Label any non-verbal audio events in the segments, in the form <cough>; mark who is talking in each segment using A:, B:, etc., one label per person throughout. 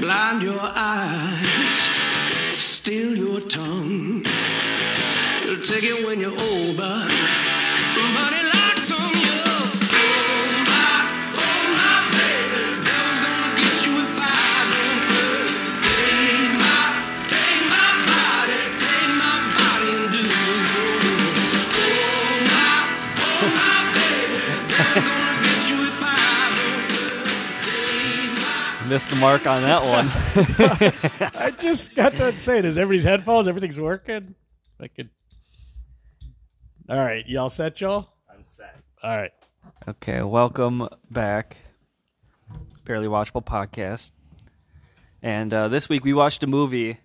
A: Blind your eyes, steal your tongue. You'll take it when you're old, but, but it locks on you. Oh my, oh my baby, devil's gonna get you if I don't first. Take my, take my body, take my body and do your will. Oh my, oh my baby, devil's gonna get you if I don't
B: Missed the mark on that one.
C: I just got that saying. Is everybody's headphones? Everything's working? I could. All right. Y'all set, y'all? I'm set. All right.
B: <laughs> Okay, welcome back. Barely Watchable Podcast. And uh, this week we watched a movie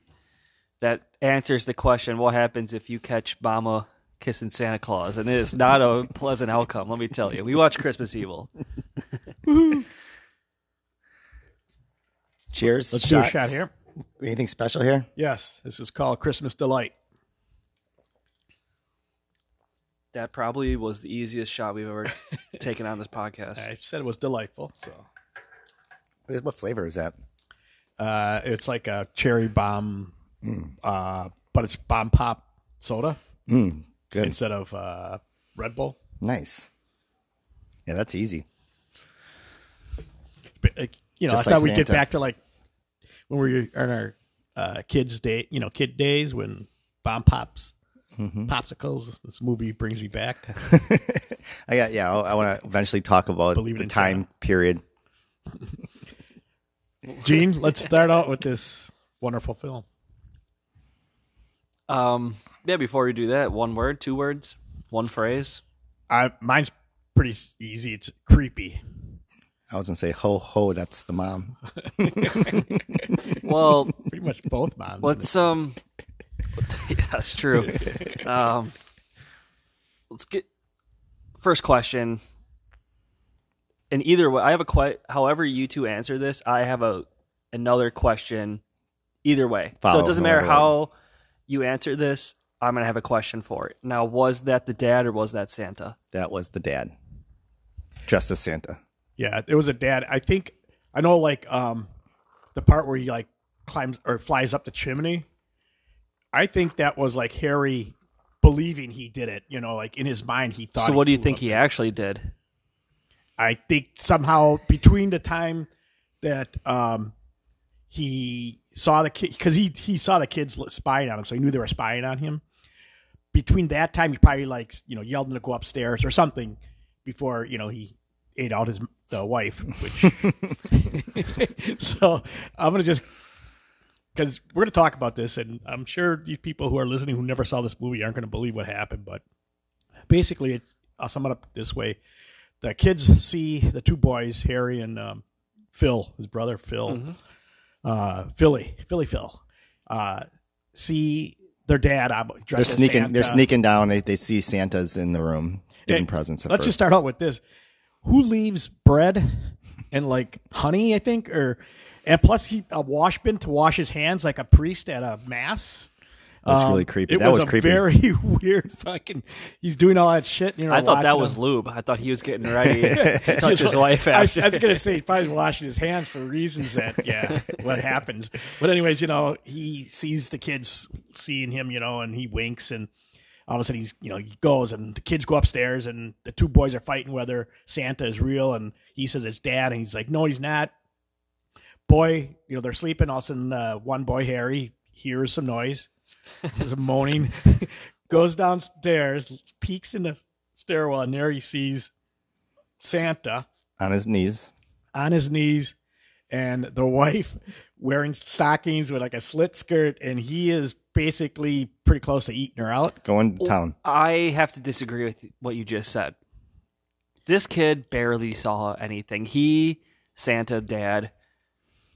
B: that answers the question what happens if you catch Mama kissing Santa Claus? And it is not <laughs> a pleasant outcome, let me tell you. We watched Christmas Evil.
D: Cheers.
C: Let's do a shot here.
D: Anything special here?
C: Yes. This is called Christmas Delight.
B: That probably was the easiest shot we've <laughs> ever taken on this podcast.
C: I said it was delightful. So
D: What what flavor is that?
C: uh, it's like a cherry bomb, uh, but it's bomb pop soda Mm,
D: Good.
C: instead of uh, Red Bull.
D: nice. Yeah, that's easy.
C: But, uh, you know,
D: Just
C: I
D: like
C: thought we'd get
D: Santa.
C: back to like when we were on our uh, kids' day, you know, kid days when bomb pops,
B: Mm-hmm.
C: popsicles. This movie brings me back.
D: I got yeah. I, want to eventually talk about
C: Believe it
D: the
C: in
D: time period.
C: Gene, let's start out with this wonderful film.
B: Um, yeah, before we do that, one word, two words, one phrase.
C: I mine's pretty s- easy. It's creepy.
D: I was gonna say ho ho. That's the mom.
B: Well,
C: Pretty much <laughs> both moms.
B: Let's um. <laughs> yeah, that's true. Um, let's get first question. And either way, I have a que- However, you two answer this, I have a another question. Either way, so
D: Follow,
B: it doesn't
D: no
B: matter
D: matter
B: how you answer this. I'm gonna have a question for it. Now, was that the dad or was that Santa?
D: That was the dad, dressed as Santa.
C: Yeah, it was a dad. I think I know like um the part where he like climbs or flies up the chimney. I think that was like Harry believing he did it, you know, like in his mind he thought
B: So, what do you
C: flew
B: think
C: up.
B: he actually did?
C: I think somehow between the time that um he saw the kid cuz he he saw the kids li- spying on him, so he knew they were spying on him. Between that time he probably like, you know, yelled him to go upstairs or something before, you know, he ate out his the wife, which <laughs> so I'm going to just cuz we're going to talk about this and I'm sure these people who are listening who never saw this movie aren't going to believe what happened, but basically it's I'll sum it up this way the kids see the two boys, Harry and um, Phil, his brother Phil, uh, Philly, Philly Phil, uh, see their dad uh, dressed
D: They're
C: as
D: sneaking. They're
C: Santa.
D: sneaking down. They they see Santa's in the room giving
C: Okay,
D: presents. At
C: Let's
D: first.
C: just start out with this: Who leaves bread and like honey? I think, or and plus he a wash bin to wash his hands like a priest at a mass.
D: That's
C: Um,
D: really creepy.
C: It
D: That
C: was,
D: was
C: a
D: creepy.
C: very <laughs> weird fucking. He's doing all that shit. You know,
B: I thought that
C: watching
B: was
C: him.
B: lube. I thought he was getting
C: <laughs>
B: ready to touch his wife
C: I was,
B: after.
C: I was gonna say he probably was washing his hands for reasons that yeah, what happens. But anyways, you know, he sees the kids seeing him, you know, and he winks and all of a sudden he's you know, he goes and the kids go upstairs and the two boys are fighting whether Santa is real and he says it's dad and he's like, No, he's not. Boy, you know, they're sleeping, all of a sudden uh, one boy, Harry, hears some noise, there's a moaning, <laughs> goes downstairs, peeks in the stairwell, and there he sees Santa
D: on his knees.
C: on his knees and the wife <laughs> wearing stockings with like a slit skirt and he is basically pretty close to eating her out
D: Going to town.
B: I have to disagree with what you just said. This kid barely saw anything. He, Santa, dad,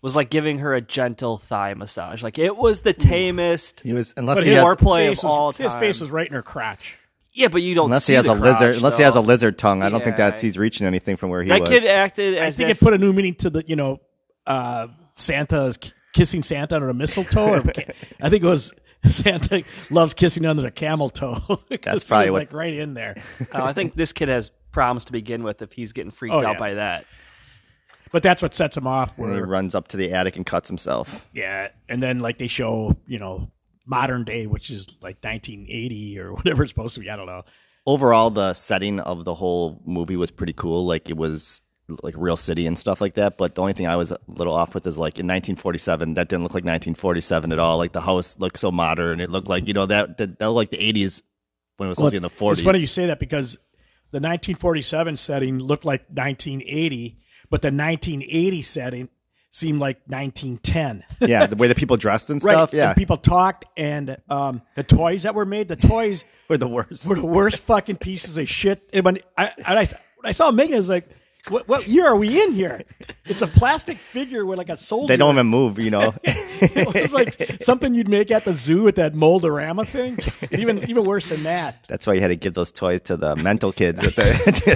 B: was like giving her a gentle thigh massage. Like it was the tamest.
D: He was unless
B: But
D: he
B: his
D: has
B: more play
C: Face
B: of
C: was-
B: all time.
C: his face was right in her crotch
B: yeah, but you don't.
D: unless
B: see
D: he has
B: the
D: a lizard.
B: crotch,
D: Unless he has a
B: though.
D: lizard tongue. I don't think
B: Yeah.
D: that's he's reaching anything from where he
B: That
D: was.
B: kid acted
C: i
B: as
C: think it
B: if
C: put a new meaning to the you know uh santa's k- kissing santa under a mistletoe or <laughs> i think it was santa loves kissing under the camel toe <laughs> 'Cause
D: That's
C: he
D: probably
C: was,
D: what-
C: like right in there
B: Uh, I think this kid has problems to begin with if he's getting freaked
C: Oh,
B: out
C: yeah.
B: by that.
C: But that's what sets him off.
D: And he
C: Where
D: runs up to the attic and cuts himself.
C: yeah, and then like they show you know modern day, which is like 1980 or <laughs> whatever it's supposed to be. I don't know.
D: Overall, the setting of the whole movie was pretty cool. Like it was like real city and stuff like that. But the only thing I was a little off with is like in 1947, that didn't look like 1947 at all. Like the house looked so modern. It looked like you know that that, that looked like the 80s when it was
C: Well,
D: only in the 40s.
C: It's funny you say that because the 1947 setting looked like 1980, but the 1980 setting seemed like <laughs> 1910.
D: yeah, the way that people dressed and stuff.
C: And
D: Yeah,
C: people talked, and um, the toys that were made, the toys
D: <laughs> were the worst.
C: <laughs> were the worst fucking pieces of shit. And when I, and I, when I saw them making it, I was like, what, what year are we in here? It's a plastic figure with like a soldier.
D: They don't even move.
C: <laughs>
D: You know.
C: it was like something you'd make at the zoo with that moldorama thing. Even even worse than that.
D: That's why you had to give those toys to the mental kids at the, at the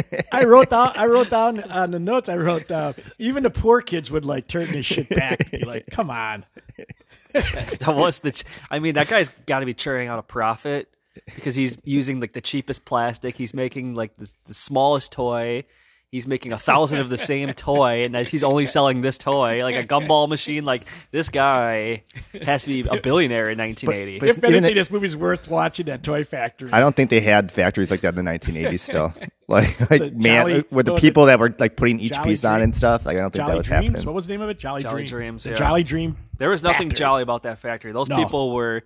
D: asylum.
C: I wrote down. I wrote down on the notes. I wrote down. Even the poor kids would like turn this shit back. Be like, come on.
B: That was the. Ch- I mean, that guy's got to be churning out a profit because he's using like the cheapest plastic. He's making like the, the smallest toy. He's making a thousand of the same toy, and that he's only selling this toy, like a gumball machine. Like this guy has to be a billionaire in 1980.
D: But it's-
C: if
D: even
C: anything,
D: the-
C: this movie's worth watching at Toy Factory.
D: I don't think they had factories like that in
C: <laughs>
D: the 1980s. Still, like, like man,
C: Jolly-
D: with
C: what
D: the
C: was
D: people that were like putting each
C: Jolly
D: piece on
C: Dream-
D: and stuff. Like, I don't think
C: Jolly
D: that was
C: Dreams.
D: happening.
C: What was the name of it? Jolly,
B: Jolly
C: Dream.
B: Dreams,
C: The
B: yeah.
C: Jolly Dream.
B: there was nothing
C: Factory.
B: jolly about that factory. Those
C: No.
B: people were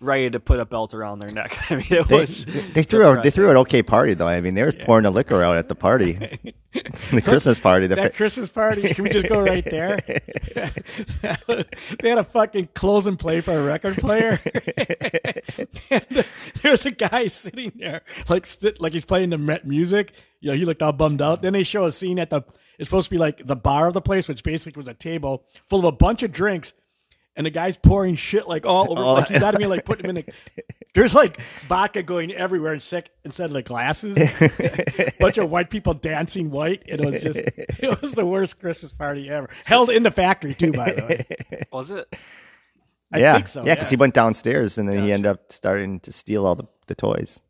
B: ready to put a belt around their neck. <laughs> I mean, it
D: They,
B: was.
D: they threw a, they threw an okay party though. I mean, they were pouring the liquor out at
C: <laughs>
D: the party, <laughs> the Christmas party. The
C: That
D: fa-
C: Christmas party. Can we just go right there? they had a fucking close and play for a record player. <laughs> and there's a guy sitting there, like sit, like he's playing the Met music. You know, he looked all bummed out. Then they show a scene at the. It's supposed to be like the bar of the place, which basically was a table full of a bunch of drinks. And the guy's pouring shit like all over, like he's out of me, like putting him in. A, there's like vodka going everywhere and sick instead of the glasses. bunch of white people dancing white. And it was just, <laughs> it was the worst Christmas party ever. Held in the factory too, by the way.
B: Was it?
C: I
D: yeah,
C: think so.
D: yeah, because he went downstairs and then he ended up starting to steal all the, the toys.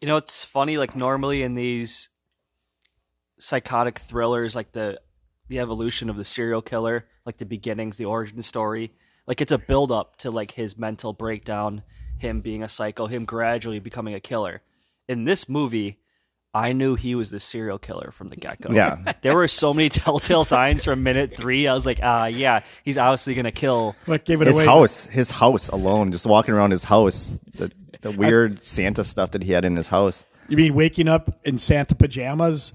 B: You know, it's funny. Like normally in these psychotic thrillers, like the the evolution of the serial killer, like the beginnings, the origin story, like it's a build up to like his mental breakdown, him being a psycho, him gradually becoming a killer. In this movie, I knew he was the serial killer from the get go.
D: Yeah.
B: <laughs> there were so many telltale signs from minute three. I was like, ah, yeah, he's obviously gonna kill.
C: What gave it
D: His
C: away?
D: house, his house alone, just walking around his house, the the weird Santa stuff that he had in his house.
C: You mean waking up in Santa pajamas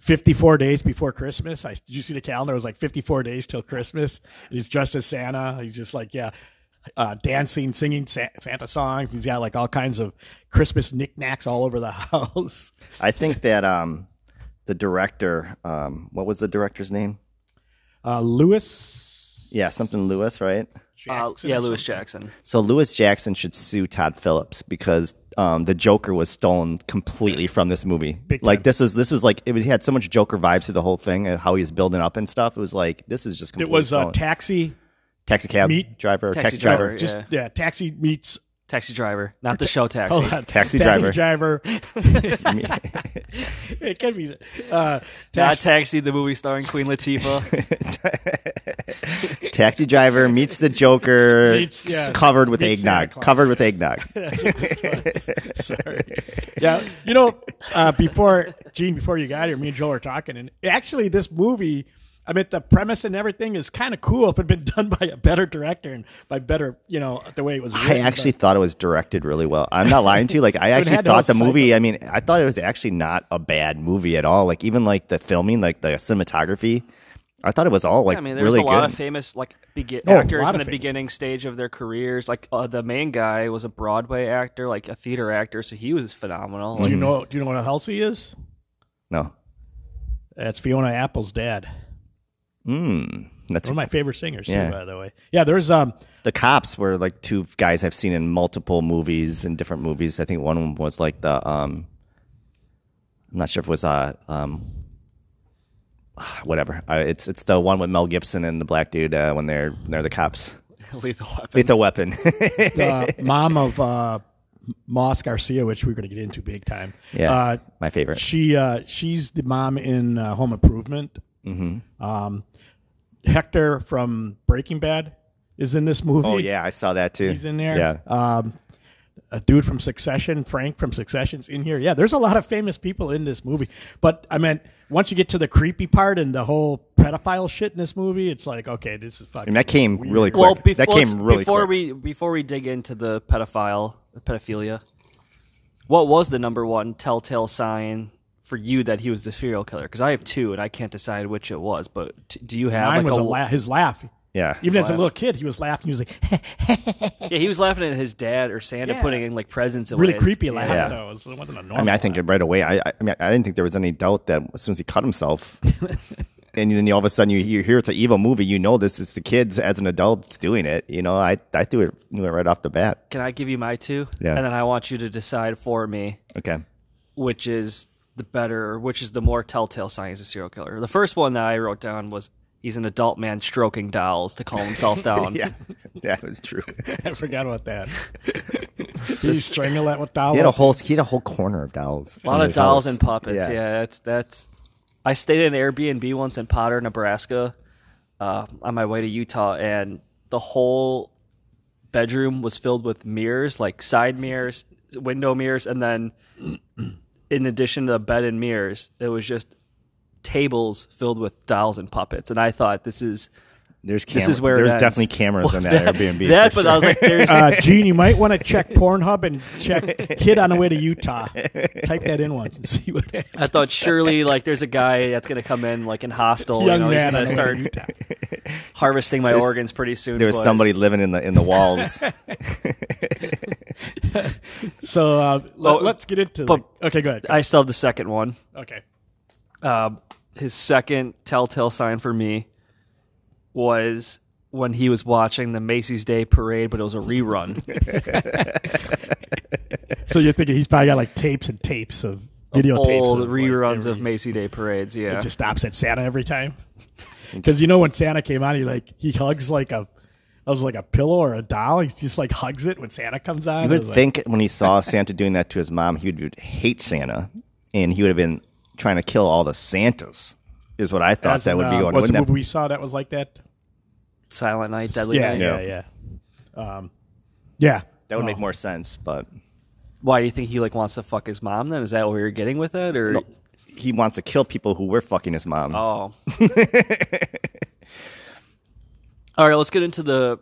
C: 54 days before Christmas? I, did you see the calendar? It was like 54 days till Christmas. And he's dressed as Santa. He's just like, yeah, uh, dancing, singing Sa- Santa songs. He's got like all kinds of Christmas knickknacks all over the <laughs> house.
D: I think that um, the director, um, what was the director's name?
C: Uh, Lewis.
D: Yeah, something Lewis, right?
B: Uh, yeah, Lewis Jackson.
D: So Lewis Jackson should sue Todd Phillips because um, the Joker was stolen completely from this movie. like this was this was like it, was, he had so much Joker vibes through the whole thing and how he was building up and stuff. It was like this is
C: It
D: just completely
C: was a
D: stolen.
C: taxi.
D: taxi cab
C: meet-
D: driver,
B: Taxi
D: taxi, driver.
B: driver.
C: Oh, Just
B: Yeah.
C: yeah, taxi meets.
B: Taxi driver, not the show taxi.
C: Hold on, <laughs>
D: <laughs> Taxi driver. <laughs>
C: driver. it can be. Uh,
B: Not
C: taxi,
B: Taxi, the movie starring Queen Latifah.
D: <laughs> taxi driver meets the Joker,
C: Meets- yeah.
D: s- covered with
C: Meets Santa
D: eggnog,
C: Claus,
D: covered
C: <laughs>
D: with eggnog.
C: Sorry. Yeah, you know, uh, before Gene, before you got here, me and Joel were talking, and actually, this movie, I mean, the premise and everything is kind of cool if it had been <laughs> done by a better director and by better, you know, the way it was.
D: I
C: written,
D: actually thought it was directed really well. I'm not lying to you.
B: <laughs>
D: Like I actually
C: had the
D: thought the
C: whole
D: movie. I mean, I thought it was actually not a bad movie at all. Like even like the filming, like the cinematography, I thought it was all like
B: I mean, there's
D: really
B: a lot
D: good.
B: of famous like begin-
C: Oh, a
B: actors
C: lot
B: in
C: of
B: the
C: famous.
B: beginning stage of their careers. Like uh, the main guy was a Broadway actor, like a theater actor, so he was phenomenal. <laughs>
C: but-
B: Like,
D: Mm.
C: do you know? Do you know what else he is?
D: no,
C: That's Fiona Apple's dad.
D: mm, that's
C: One of my favorite singers,
D: Yeah.
C: too, by the way. Yeah, there's um,
D: the cops were like two guys I've seen in multiple movies and different movies. I think one of 'em was like the um, I'm not sure if it was uh um, <sighs> whatever. Uh, it's it's the one with Mel Gibson and the black dude uh, when they're when they're the cops. <laughs>
B: Lethal Weapon.
D: Lethal Weapon.
C: the mom of uh, Moss Garcia, which we're going to get into big time.
D: Yeah,
C: Uh,
D: my favorite.
C: she uh, she's the mom in uh, Home Improvement.
D: Mm-hmm.
C: Um, Hector from Breaking Bad is in this movie.
D: Oh yeah, I saw that too.
C: he's in there.
D: Yeah,
B: Uh,
C: Um, a dude from Succession, Frank from Succession's in here. Yeah, there's a lot of famous people in this movie. But I mean, once you get to the creepy part and the whole pedophile shit in this movie, it's like, okay, this is fucking.
D: and that came really quick.
B: Well, bef-
D: that
B: well,
D: came really
B: before
D: quick.
B: we before we dig into the pedophile pedophilia. What was the number one telltale sign for you that he was the serial killer? Because I have two, and I can't decide which it was. But t- do you have?
C: Mine
B: like
C: was
B: a,
C: a la- his laugh.
D: yeah,
C: Even as a little kid, he was laughing. He was like, <laughs>
B: Yeah, he was laughing at his dad or Santa putting in like presents.
C: really
B: away.
C: creepy laugh,
D: Yeah.
C: though. It was- it wasn't a normal
D: I mean, I think right away. I, I I mean, I didn't think there was any doubt that as soon as he cut
B: <laughs>
D: himself, and then you, all of a sudden you, you hear it's an evil movie. You know this. It's the kids as an adult doing it. You know, I I threw it knew it right off the bat.
B: Can I give you my two?
D: Yeah.
B: And then I want you to decide for me <laughs>
D: Okay. <laughs>
B: which is the better or which is the more telltale sign he's a serial killer. The first one that I wrote down was he's an adult man stroking dolls to calm
D: <laughs>
B: himself down.
D: Yeah, that
B: <laughs>
D: was true.
C: I forgot about
D: <laughs>
C: that. Did he strangle that with dollar?
D: He had a whole he had a whole corner of dolls.
B: A lot of dolls and puppets.
D: Yeah.
B: Yeah. that's that's. I stayed in an Airbnb once in Potter, Nebraska, uh, on my way to Utah, and the whole bedroom was filled with mirrors, like side mirrors, window mirrors, and then <clears throat> in addition to the bed and mirrors, it was just tables filled with dolls and puppets. And I thought this is
D: There's
B: This
D: camera-
B: is where it
D: there's
B: ends.
D: definitely cameras
B: <laughs>
D: in that, Airbnb.
B: that,
D: for
B: but I was
D: sure.
B: like, there's
D: <laughs>
C: Uh, Gene, you might want to check Pornhub and check kid on the way to Utah. Type that in once and
D: <laughs>
C: see what happens.
B: I thought surely like there's a guy that's gonna come in like in hostile, Oh, you
C: Young
B: know, he's
C: man
B: gonna
C: on the way to
B: start
C: Utah.
B: <laughs> harvesting my organs pretty soon.
D: there was
B: but-
D: somebody living in the in
B: <laughs>
D: the walls.
C: So uh,
B: Well,
C: let, us get into.
B: but-
C: the, okay, go ahead.
B: I still have the second one.
C: okay,
B: His second telltale sign for me was when he was watching the Macy's Day Parade, but it was a
C: <laughs>
B: rerun.
C: so you're thinking he's probably got like tapes and tapes of video tapes
B: Old
C: of, like,
B: reruns
C: every-
B: of Macy's Day parades. Yeah,
C: It just stops at Santa every
B: <laughs>
C: time. Because you know when Santa came out, he like he hugs like a, that was like a pillow or a doll. He just like hugs it when Santa comes on.
D: You
C: It
D: would
C: was like-
D: think when he saw Santa doing that to his mom, he would hate Santa, and he would have been trying to kill all the Santas. Is what I thought
C: As
D: that
C: in,
D: would be
C: uh,
D: going.
C: What's the
D: Wouldn't
C: movie
D: that,
C: we saw that was like that?
B: Silent Night, Deadly
C: yeah,
B: Night.
C: yeah, yeah, Um, yeah.
D: that would make more sense, but
B: Why do you think he like wants to fuck his mom? Then is that where you're getting with it, or
D: he wants to kill people who were fucking his mom.
B: oh? <laughs> All right, let's get into the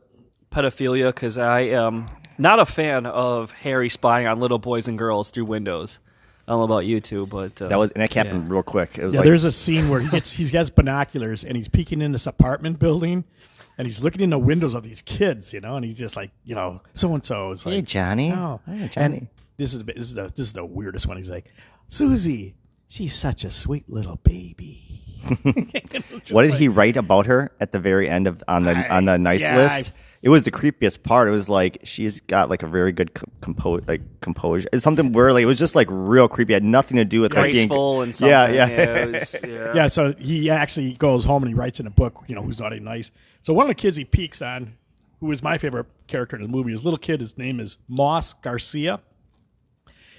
B: pedophilia because I am not a fan of Harry spying on little boys and girls through windows. I don't know about you two, but uh,
D: That was and that happened real quick. It was
C: Yeah,
D: like
C: there's a scene where he gets he has binoculars and he's peeking in this apartment building, and he's looking in the windows of these kids, you know, and he's just like, you know, so and so is like,
D: hey Johnny,
C: oh,
D: hey
C: and
D: Johnny.
C: this is the bit- this is the this is the weirdest one. He's like, Susie, she's such a sweet little baby.
D: What did he write about her at the very end of on the on the nice
C: yeah,
D: list?
C: I-
D: it was the creepiest part. It was like she's got like a very good co- compo- like composure. It's something where like it was just like real creepy. It had nothing to do with like being
B: graceful and something.
D: Yeah, yeah.
B: it was- yeah.
C: Yeah, so he actually goes home and he writes in a book, you know, who's naughty and nice. So one of the kids he peeks on, who is my favorite character in the movie, his little kid, his name is Moss Garcia.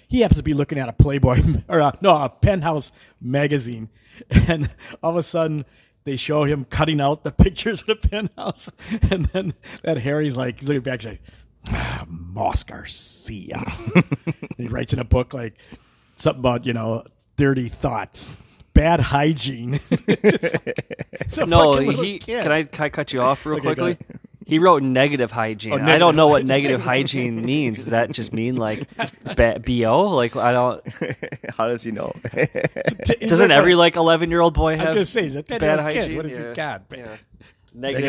C: He happens to be looking at a Playboy <laughs> or a, no, a Penthouse magazine, <laughs> and all of a sudden they show him cutting out the <laughs> pictures of the Penthouse, <laughs> and then that Harry's like he's looking back, he's like "Ah, Moss Garcia. <laughs> And he writes in a book like something about you know dirty thoughts, bad hygiene. <laughs>
B: No, he. Can I, can I cut you off real
C: Okay, go
B: quickly? He wrote negative hygiene. I
C: negative
B: don't know what negative hygiene means. Does that just mean like ba- bo? Like I don't.
D: <laughs> How does he know?
B: Doesn't every like eleven year old boy
C: I was
B: have
C: gonna say, is that
B: bad
C: bad
B: hygiene?
C: Kid? What is
B: Yeah.
C: he got?
B: Yeah. Negative,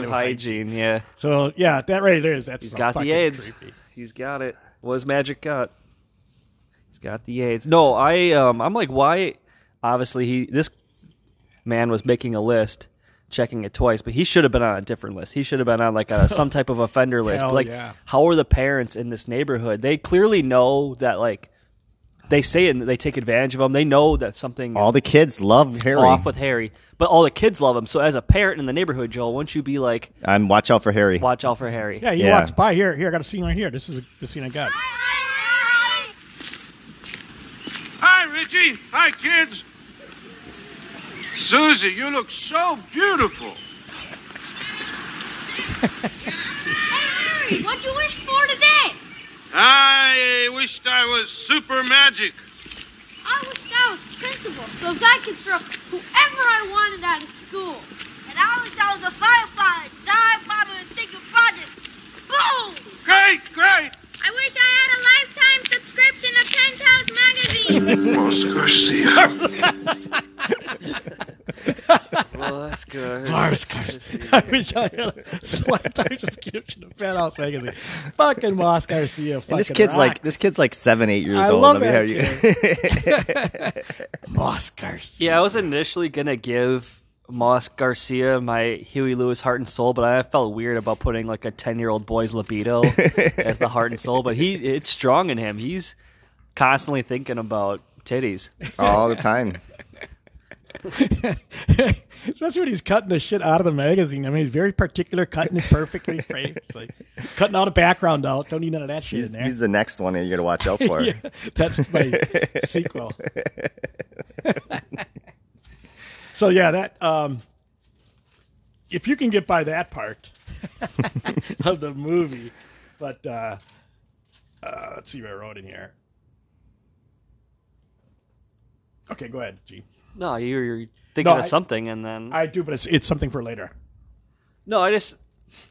C: Negative
B: hygiene. Yeah,
C: So yeah, that right there is that's
B: he's got the AIDS. He's got it. What has Magic got? He's got the AIDS. No, I um, I'm like, why? Obviously, he this man was making a list, checking it twice, but he should have been on a different list. He should have been on like
C: <laughs>
B: a, some type of offender list.
C: Hell
B: like,
C: yeah.
B: how are the parents in this neighborhood? They clearly know that like they say it and they take advantage of him. They know that something is
D: All the kids love Harry.
B: off with Harry, but all the kids love him. So as a parent in the neighborhood, Joel, wouldn't you be like,
D: I'm watch out for Harry.
B: watch out for Harry?
C: Yeah, he
D: Yeah.
C: walks by here. Here, I got a scene right here. This is a, the scene I got.
E: Richie. Hi, kids. Susie, you look so beautiful.
F: Harry, what'd you wish for today?
E: I wished I was super magic.
F: I wished I was principal so as I could throw whoever I wanted out of school. And I wish I was a firefighter, dive bomber, and think of projects. Boom!
E: Great, great.
F: I wish I had a lifetime subscription to Penthouse magazine.
E: Vamos, Garcia.
B: Well, that's good.
C: <laughs> I wish I had a lifetime subscription to Penthouse magazine. Fucking Moss Garcia. Fucking
D: And this kid's like
C: rocks.
D: this kid's like seven, eight years
C: I
D: old.
C: love
D: mean,
C: that
D: how you-
C: Moss Garcia.
B: Yeah, I was initially gonna give Moss Garcia my Huey Lewis heart and soul, but I felt weird about putting like a ten-year-old boy's <laughs> libido as the heart and soul. But he, it's strong in him. He's constantly thinking about titties.
D: <laughs> all
C: <laughs>
D: the time.
C: Especially when he's cutting the shit out of the magazine. I mean, he's very particular, cutting it perfectly. <laughs> framed. It's like cutting all the background out. Don't need none of that shit
D: He's,
C: in there.
D: he's the next one that you got to watch out
C: <laughs>
D: for.
C: Yeah, that's my sequel. <laughs> so yeah, that um, if you can get by that part <laughs> of the movie, but uh, uh, let's see what I wrote in here. Okay, go ahead, Gene.
B: No, you're, you're thinking
C: No,
B: of
C: I-
B: something, and then
C: I do, but it's it's something for later.
B: No, I just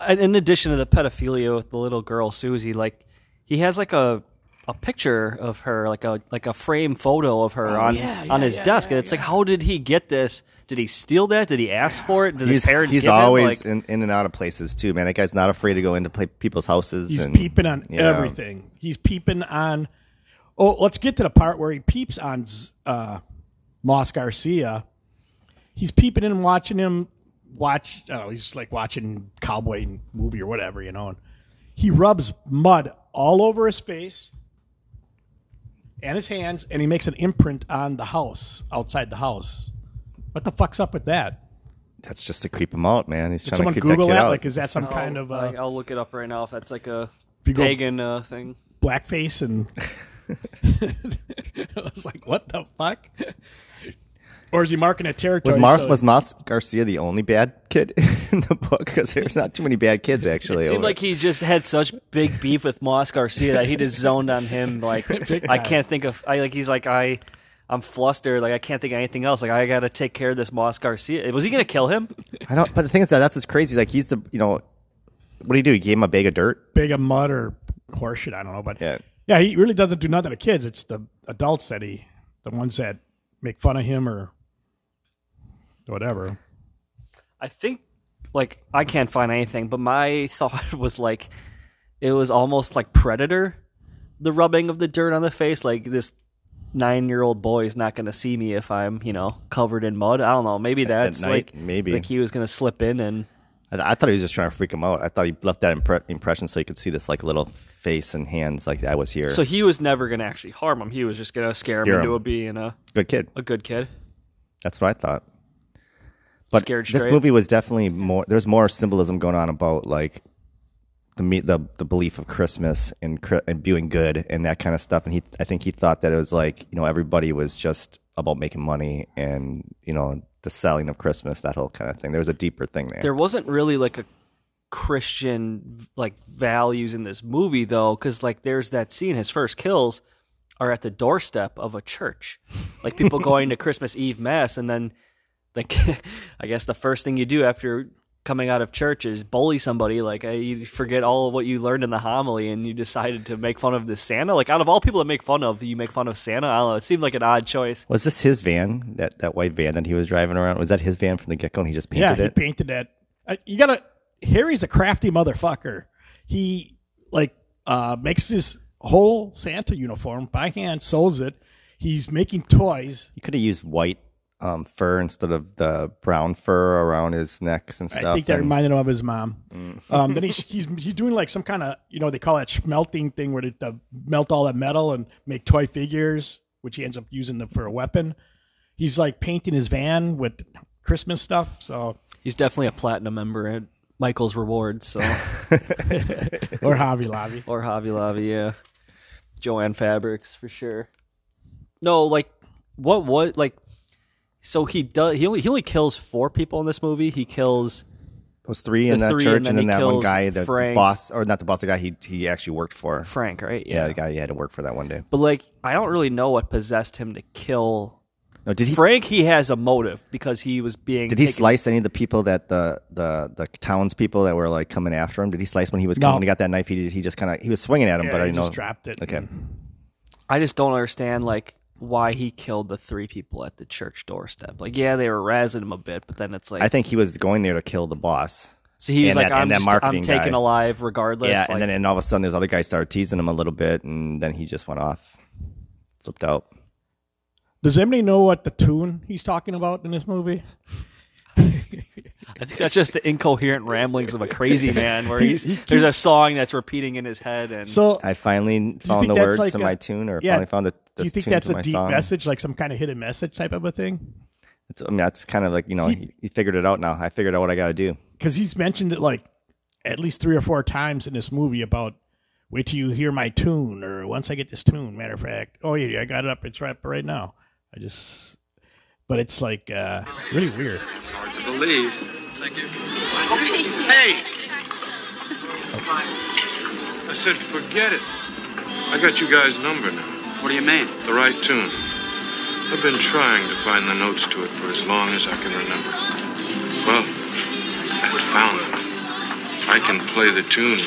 B: in in addition to the pedophilia with the little girl Susie, like he has like a a picture of her, like a like a frame photo of
D: Oh,
B: her on on his desk, and it's like, how did he get this? Did he steal that? Did he ask for it? Did
D: He's,
B: his parents?
D: he's
B: give him?
D: always
B: Like,
D: in, in and out of places too, man. That guy's not afraid to go into play, people's houses.
C: He's
D: and,
C: peeping on
D: yeah.
C: everything. He's peeping on. Oh, let's get to the part where he peeps on Z- uh, Moss Garcia. He's peeping and watching him watch. Oh, he's just like watching cowboy movie or whatever, you know. And he rubs mud all over his face and his hands, and he makes an imprint on the house outside the house. What the fuck's up with that?
D: That's just to creep him out, man. He's
C: Did
D: trying to
C: someone
D: creep
C: Google
D: that kid
C: that?
D: out.
C: Like, is that some kind of uh,
B: like, I'll look it up right now if that's like a
C: you go-
B: pagan uh, thing.
C: blackface and <laughs> I was like, what the fuck? Or is he marking a territory?
D: was Mars
C: so-
D: was Mas Garcia the only bad kid <laughs> in the book? Because there's not too many bad kids actually.
B: It seemed like he just had such big beef with Moss Garcia that he just zoned on him. <laughs> Like I can't think of I like he's like I I'm flustered. Like I can't think of anything else. Like I gotta take care of this Moss Garcia. Was he gonna kill him?
D: I don't. But the thing is that that's what's crazy. Like he's the you know, what do you do? He gave him a bag of dirt.
C: big a mud or horseshit? I don't know, but
D: Yeah.
C: yeah, he really doesn't do nothing to kids. It's the adults that he, the ones that make fun of him or whatever.
B: I think like I can't find anything, but my <laughs> thought was like it was almost like Predator, the rubbing of the dirt on the face. Like this nine-year-old boy is not going to see me if I'm, you know, covered in mud. I don't know. Maybe that's
D: night,
B: like
D: maybe.
B: like he was going to slip in and
D: I, I thought he was just trying to freak him out. I thought he left that impre- impression so he could see this like little face and hands like I was here.
B: so he was never going to actually harm him. He was just going to scare him
D: Scare
B: into
D: him.
B: a being a
D: good kid.
B: a good kid.
D: That's what I thought. But
B: Scared
D: this
B: straight.
D: movie was definitely more. There's more symbolism going on about like the me- the the belief of Christmas and cri- and doing good and that kind of stuff. And he, I think he thought that it was like you know everybody was just about making money and you know the selling of Christmas, that whole kind of thing. There was a deeper thing there.
B: there wasn't really like a Christian like values in this movie though, because like there's that scene. His first kills are at the doorstep of a church, like
D: <laughs>
B: people going to Christmas Eve mass, and then <laughs> like I guess the first thing you do after coming out of church is bully somebody. Like eh, you forget all of what you learned in the homily, and you decided to make fun of this Santa. Like out of all people to make fun of, you make fun of Santa. I don't know. It seemed like an odd choice.
D: was this his van? That that white van that he was driving around was that his van from the get go? And he just
C: yeah,
D: painted
C: he
D: it.
C: painted that. Uh, you gotta. Harry's a crafty motherfucker. He like uh, makes his whole Santa uniform by hand, sews it. He's making toys.
D: You could have used white um, fur instead of the brown fur around his necks and stuff.
C: I think that
D: and- Mm.
C: reminded him of his mom. Um, then he's, he's he's doing like some kind of you know they call that smelting thing where they uh, melt all that metal and make toy figures, which he ends up using them for a weapon. He's like painting his van with Christmas stuff.
D: <laughs>
C: So
B: He's definitely a platinum member at Michael's Reward. <laughs> So.
C: or Hobby Lobby.
B: or Hobby Lobby, yeah. Joanne Fabrics for sure. No, like what was like? So he does. He only he only kills four people in this movie. He kills
D: It was three in
B: The
D: that
B: three,
D: church,
B: and
D: and
B: then
D: then,
B: he
D: that one
B: kills
D: guy, the, the
B: Frank.
D: boss, or not the boss, the guy he he actually worked for.
B: Frank, right?
D: Yeah, the guy he had to work for that one day.
B: But like, I don't really know what possessed him to kill
D: No, did he
B: Frank. He has a motive because he was being.
D: did he
B: taken-
D: slice any of the people that the the the townspeople that were like coming after him? Did he slice when he was
C: No.
D: coming? When he got that knife. He he just kind of he was swinging at him,
C: Yeah,
D: but I
C: he
D: know
C: just dropped it.
D: Okay,
B: I just don't understand like why he killed the three people at the church doorstep. Like, yeah, they were razzing him a bit, but then it's like
D: I think he was going there to kill the boss.
B: so he was
D: and
B: like,
D: that-
B: I'm,
D: and that
B: just, I'm
D: marketing guy.
B: taken alive regardless.
D: yeah,
B: like-
D: and then and all of a sudden, this other guy started teasing him a little bit, and then he just went off, flipped out.
C: Does anybody know what the tune he's talking about in this movie?
B: I think that's just the incoherent ramblings of a crazy man, where he's
D: <laughs>
B: there's a song that's repeating in his head, and
C: So
D: I finally
C: you
D: found
C: think
D: the
C: that's
D: words
C: like
D: to
C: a-
D: my tune, or
C: yeah,
D: finally found the,
C: do
D: the
C: you think
D: tune
C: that's
D: to
C: a
D: my
C: deep
D: song.
C: message, like some kind of hidden message type of a thing?
D: It's, I mean, that's kind of like you know, he, he figured it out now. I figured out what I got to do.
C: Because he's mentioned it like at least three or four times in this movie about wait till you hear my tune or once I get this tune. Matter of fact, oh yeah, I got it up. It's right right now. I just, but it's like uh, really weird.
E: Hard to believe. Thank you. Hey! I said, forget it. I got you guys' number now. What do you mean? The right tune. I've been trying to find the notes to it for as long as I can remember. Well, I found them. I can play the tune.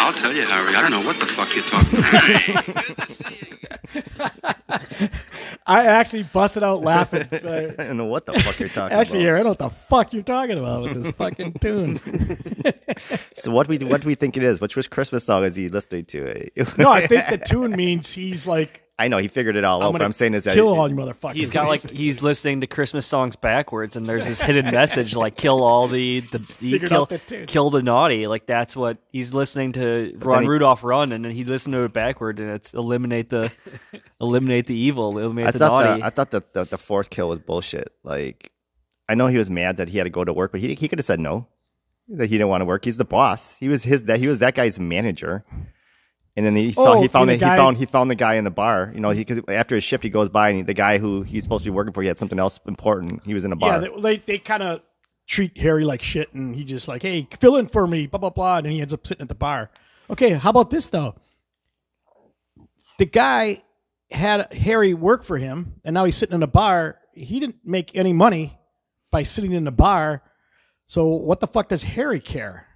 E: I'll tell you, Harry. I don't know what the fuck you're talking about.
C: I actually busted out
D: <laughs>
C: laughing.
D: I don't know what the fuck you're talking
C: Actually,
D: about.
C: I don't know what the fuck you're talking about with this fucking
D: <laughs>
C: tune.
D: So what we what do we think it is? Which which Christmas song is he listening to? <laughs>
C: No, I think the tune means he's like,
D: I know he figured it all
C: I'm
D: out, but
C: gonna
D: I'm saying is that
C: kill all you motherfuckers.
B: he's got like he's listening to Christmas songs backwards, and there's this hidden
D: <laughs>
B: message like kill all the the, the
C: Figured
B: kill
C: out the tune.
B: kill the naughty. Like that's what he's listening to. Run
D: he-
B: Rudolph, run, and then he listened to it backward, and it's eliminate the
D: <laughs>
B: eliminate the evil, eliminate
D: I
B: the
D: thought
B: naughty.
D: the, I thought that the, the fourth kill was bullshit. Like I know he was mad that he had to go to work, but he he could have said no. That he didn't want to work. He's the boss. He was his that he was that guy's manager. And then he saw
C: Oh,
D: he found
C: and the
D: it,
C: guy-
D: he found he found the guy in the bar. You know, he cause after his shift he goes by and he, the guy who he's supposed to be working for he had something else important. He was in a
C: yeah,
D: bar.
C: they, they, they kind of treat Harry like shit, and he just like, hey, fill in for me, blah blah blah, and then he ends up sitting at the bar. Okay, how about this though? The guy had Harry work for him, and now he's sitting in a bar. He didn't make any money by sitting in the bar, so what the fuck does Harry care?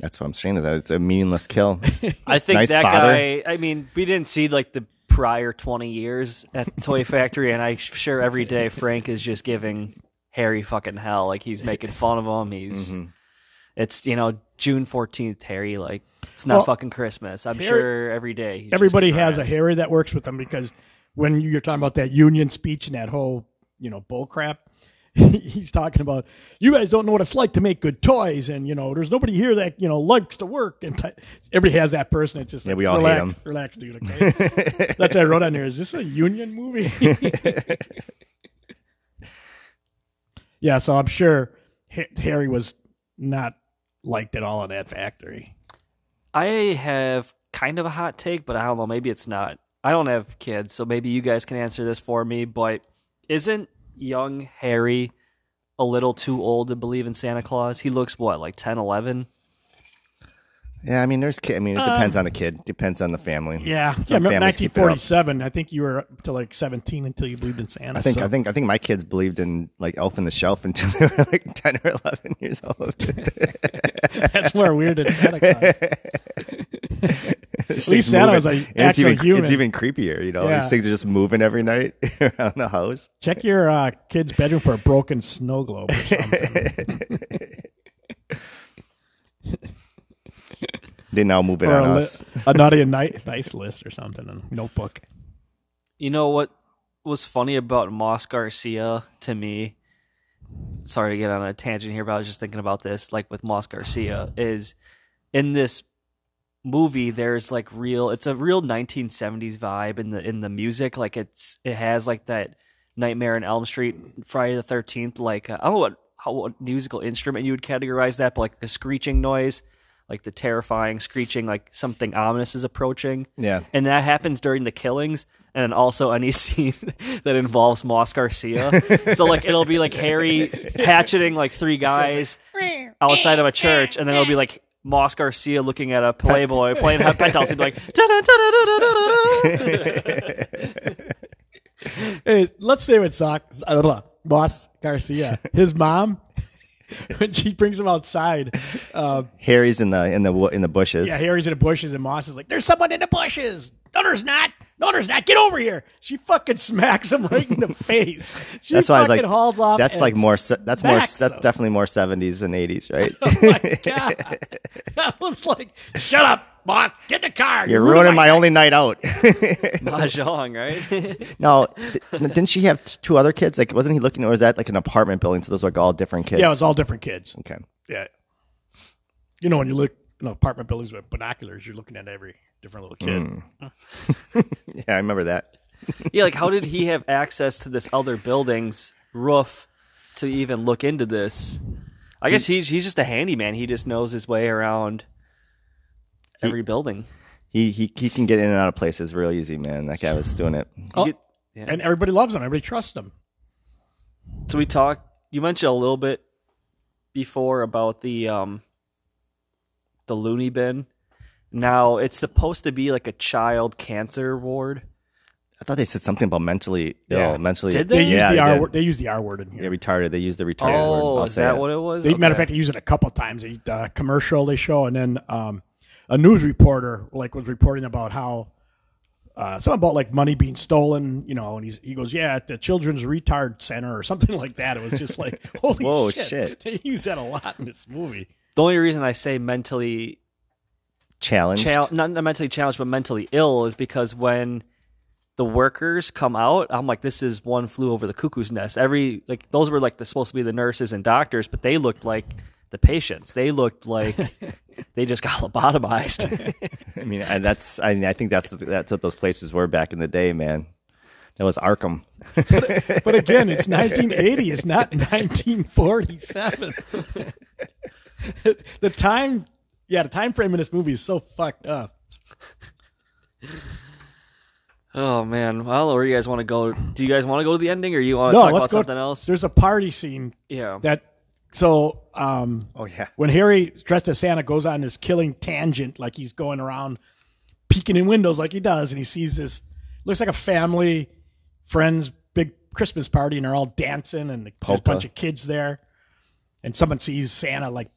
D: That's what I'm saying. Is that it's a meaningless kill.
C: <laughs>
B: I think
D: Nice
B: that
D: father.
B: guy. I mean, we didn't see like the prior twenty years at the
D: <laughs>
B: Toy Factory, and I'm sure every day Frank is just giving Harry fucking hell. Like he's making fun of him. He's
D: Mm-hmm.
B: it's you know June fourteenth, Harry. Like it's not
C: Well,
B: fucking Christmas. I'm
C: Harry-
B: sure every day. he's just
C: Everybody
B: getting
C: has a
B: harassed.
C: Harry that works with them because when you're talking about that union speech and that whole, you know, bull crap, <laughs> he's talking about you guys don't know what it's like to make good toys, and you know, there's nobody here that you know likes to work, and t- everybody has that person. It's just
D: Yeah,
C: like,
D: we all hate
C: relax,
D: him."
C: relax, dude. Okay, <laughs> that's what I wrote on there. Is this a union movie? <laughs> yeah, so I'm sure Ha- Harry was not liked at all in that factory.
B: I have kind of a hot take, but I don't know. Maybe it's not. I don't have kids, so maybe you guys can answer this for me. But isn't young Harry a little too old to believe in Santa Claus? He looks what, like 10, 11?
D: yeah, I mean there's ki I mean it depends on the kid, depends on the family.
C: Uh, Yeah, yeah.
D: Some
C: Remember
D: families keep it up.
C: 1947. I think you were up to like 17 until you believed in Santa.
D: I think
C: so-
D: I think I think my kids believed in like Elf on the Shelf until they were like <laughs> ten or eleven years old. <laughs>
C: that's more weird than Santa Claus.
D: At
C: least Santa was, like,
D: it's
C: actual
D: even
C: human.
D: it's even creepier. You know,
C: Yeah.
D: these things are just moving every night <laughs> around the house.
C: Check your uh, kid's bedroom for a broken snow globe or something.
D: They now move it
C: or
D: on
C: a, li-
D: us.
C: a naughty and night, nice list or something, a notebook.
B: You know what was funny about Moss Garcia to me? Sorry to get on a tangent here, but I was just thinking about this. Like with Moss Garcia, is in this movie there's like real it's a real 1970s vibe in the in the music like it's it has like that nightmare in elm street friday the 13th like uh, i don't know what how what musical instrument you would categorize that but like a screeching noise like the terrifying screeching, like something ominous is approaching.
D: Yeah.
B: and that happens during the killings, and then also any scene that involves Moss Garcia. so like it'll be like Harry hatcheting like three guys <laughs> outside of a church, and then it'll be like. Moss Garcia looking at a Playboy playing Hot Penthouse and be like, "Da-da, da-da, da-da, da-da."
C: Hey, let's say with Sock, uh, blah, blah, Boss
D: <laughs>
C: Garcia, his mom, <laughs> when she brings him outside, uh,
D: Harry's in the in the wo- in the bushes.
C: yeah, Harry's in the bushes and Moss is like, "There's someone in the bushes." No, there's not. No, there's not. Get over here. She fucking smacks him right in the
D: <laughs>
C: face. She
D: that's why I was
C: fucking
D: like,
C: hauls off.
D: that's
C: and
D: like more. se- That's more.
C: smacks
D: That's
C: him.
D: definitely more seventies and eighties,
C: <laughs>
D: right? <laughs>
C: God. I was like, shut up, boss. Get in the car.
D: You're ruining my only night out. <laughs>
B: Mahjong, right?
D: no, d- didn't she have t- two other kids? Like, wasn't he looking? Or was that like an apartment building? So those are like all different kids.
C: Yeah, it was all different kids.
D: okay.
C: Yeah. You know, when you look in apartment buildings with binoculars, you're looking at every different little kid.
D: Mm. Yeah, I remember that.
B: Yeah, like how did he have access to this other building's roof to even look into this? I guess he's he's just a handyman. He just knows his way around every building.
D: He he he can get in and out of places real easy, man. That guy was doing it.
C: Oh,
B: get- yeah.
C: And everybody loves him. Everybody trusts him.
B: So we talked. You mentioned a little bit before about the um the loony bin. Now it's supposed to be like a child cancer ward.
D: I thought they said something about mentally ill.
C: Yeah.
D: Mentally,
B: Did
C: They
B: They-
C: use
D: yeah,
C: the R
D: did.
C: word. They use the R word in here.
D: Yeah, retarded. They used the retarded word.
B: Oh,
D: I'll
B: is
D: say
B: that
D: it.
B: what it was?
C: They, Matter of
B: Okay.
C: fact, they use it a couple times. They, uh, commercial they show, and then um, a news reporter like was reporting about how uh, something about like money being stolen, you know. And he's, he goes, "Yeah, at the children's retard center or something <laughs> like that." It was
B: <laughs>
C: just like, "Holy
D: Whoa,
C: shit.
D: shit.
C: They use that a lot in this movie.
B: the only reason I say mentally
D: Challenge.
B: chal- not not mentally challenged, but mentally ill is because when the workers come out, I'm like, this is one flew over the cuckoo's nest. Every like those were like the supposed to be the nurses and doctors, but they looked like the patients. They looked <laughs> like they just got lobotomized.
D: <laughs> I mean, I, that's. I mean, I think that's that's what those places were back in the day, man. That was Arkham.
C: But again, it's 1980. It's not 1947. <laughs> the time, yeah, the time frame in this movie is so fucked up.
B: oh man. Well, where you guys want to go? Do you guys want to go to the ending, or you want to
C: No,
B: talk
C: let's
B: about
C: go.
B: something else?
C: There's a party scene
B: Yeah.
C: that. So, um,
D: Oh yeah.
C: when Harry dressed as Santa goes on this killing tangent, like he's going around peeking in windows, like he does, and he sees this looks like a family, friends, big Christmas party, and they're all dancing, and there's a
D: Polka.
C: bunch of kids there, and someone sees Santa like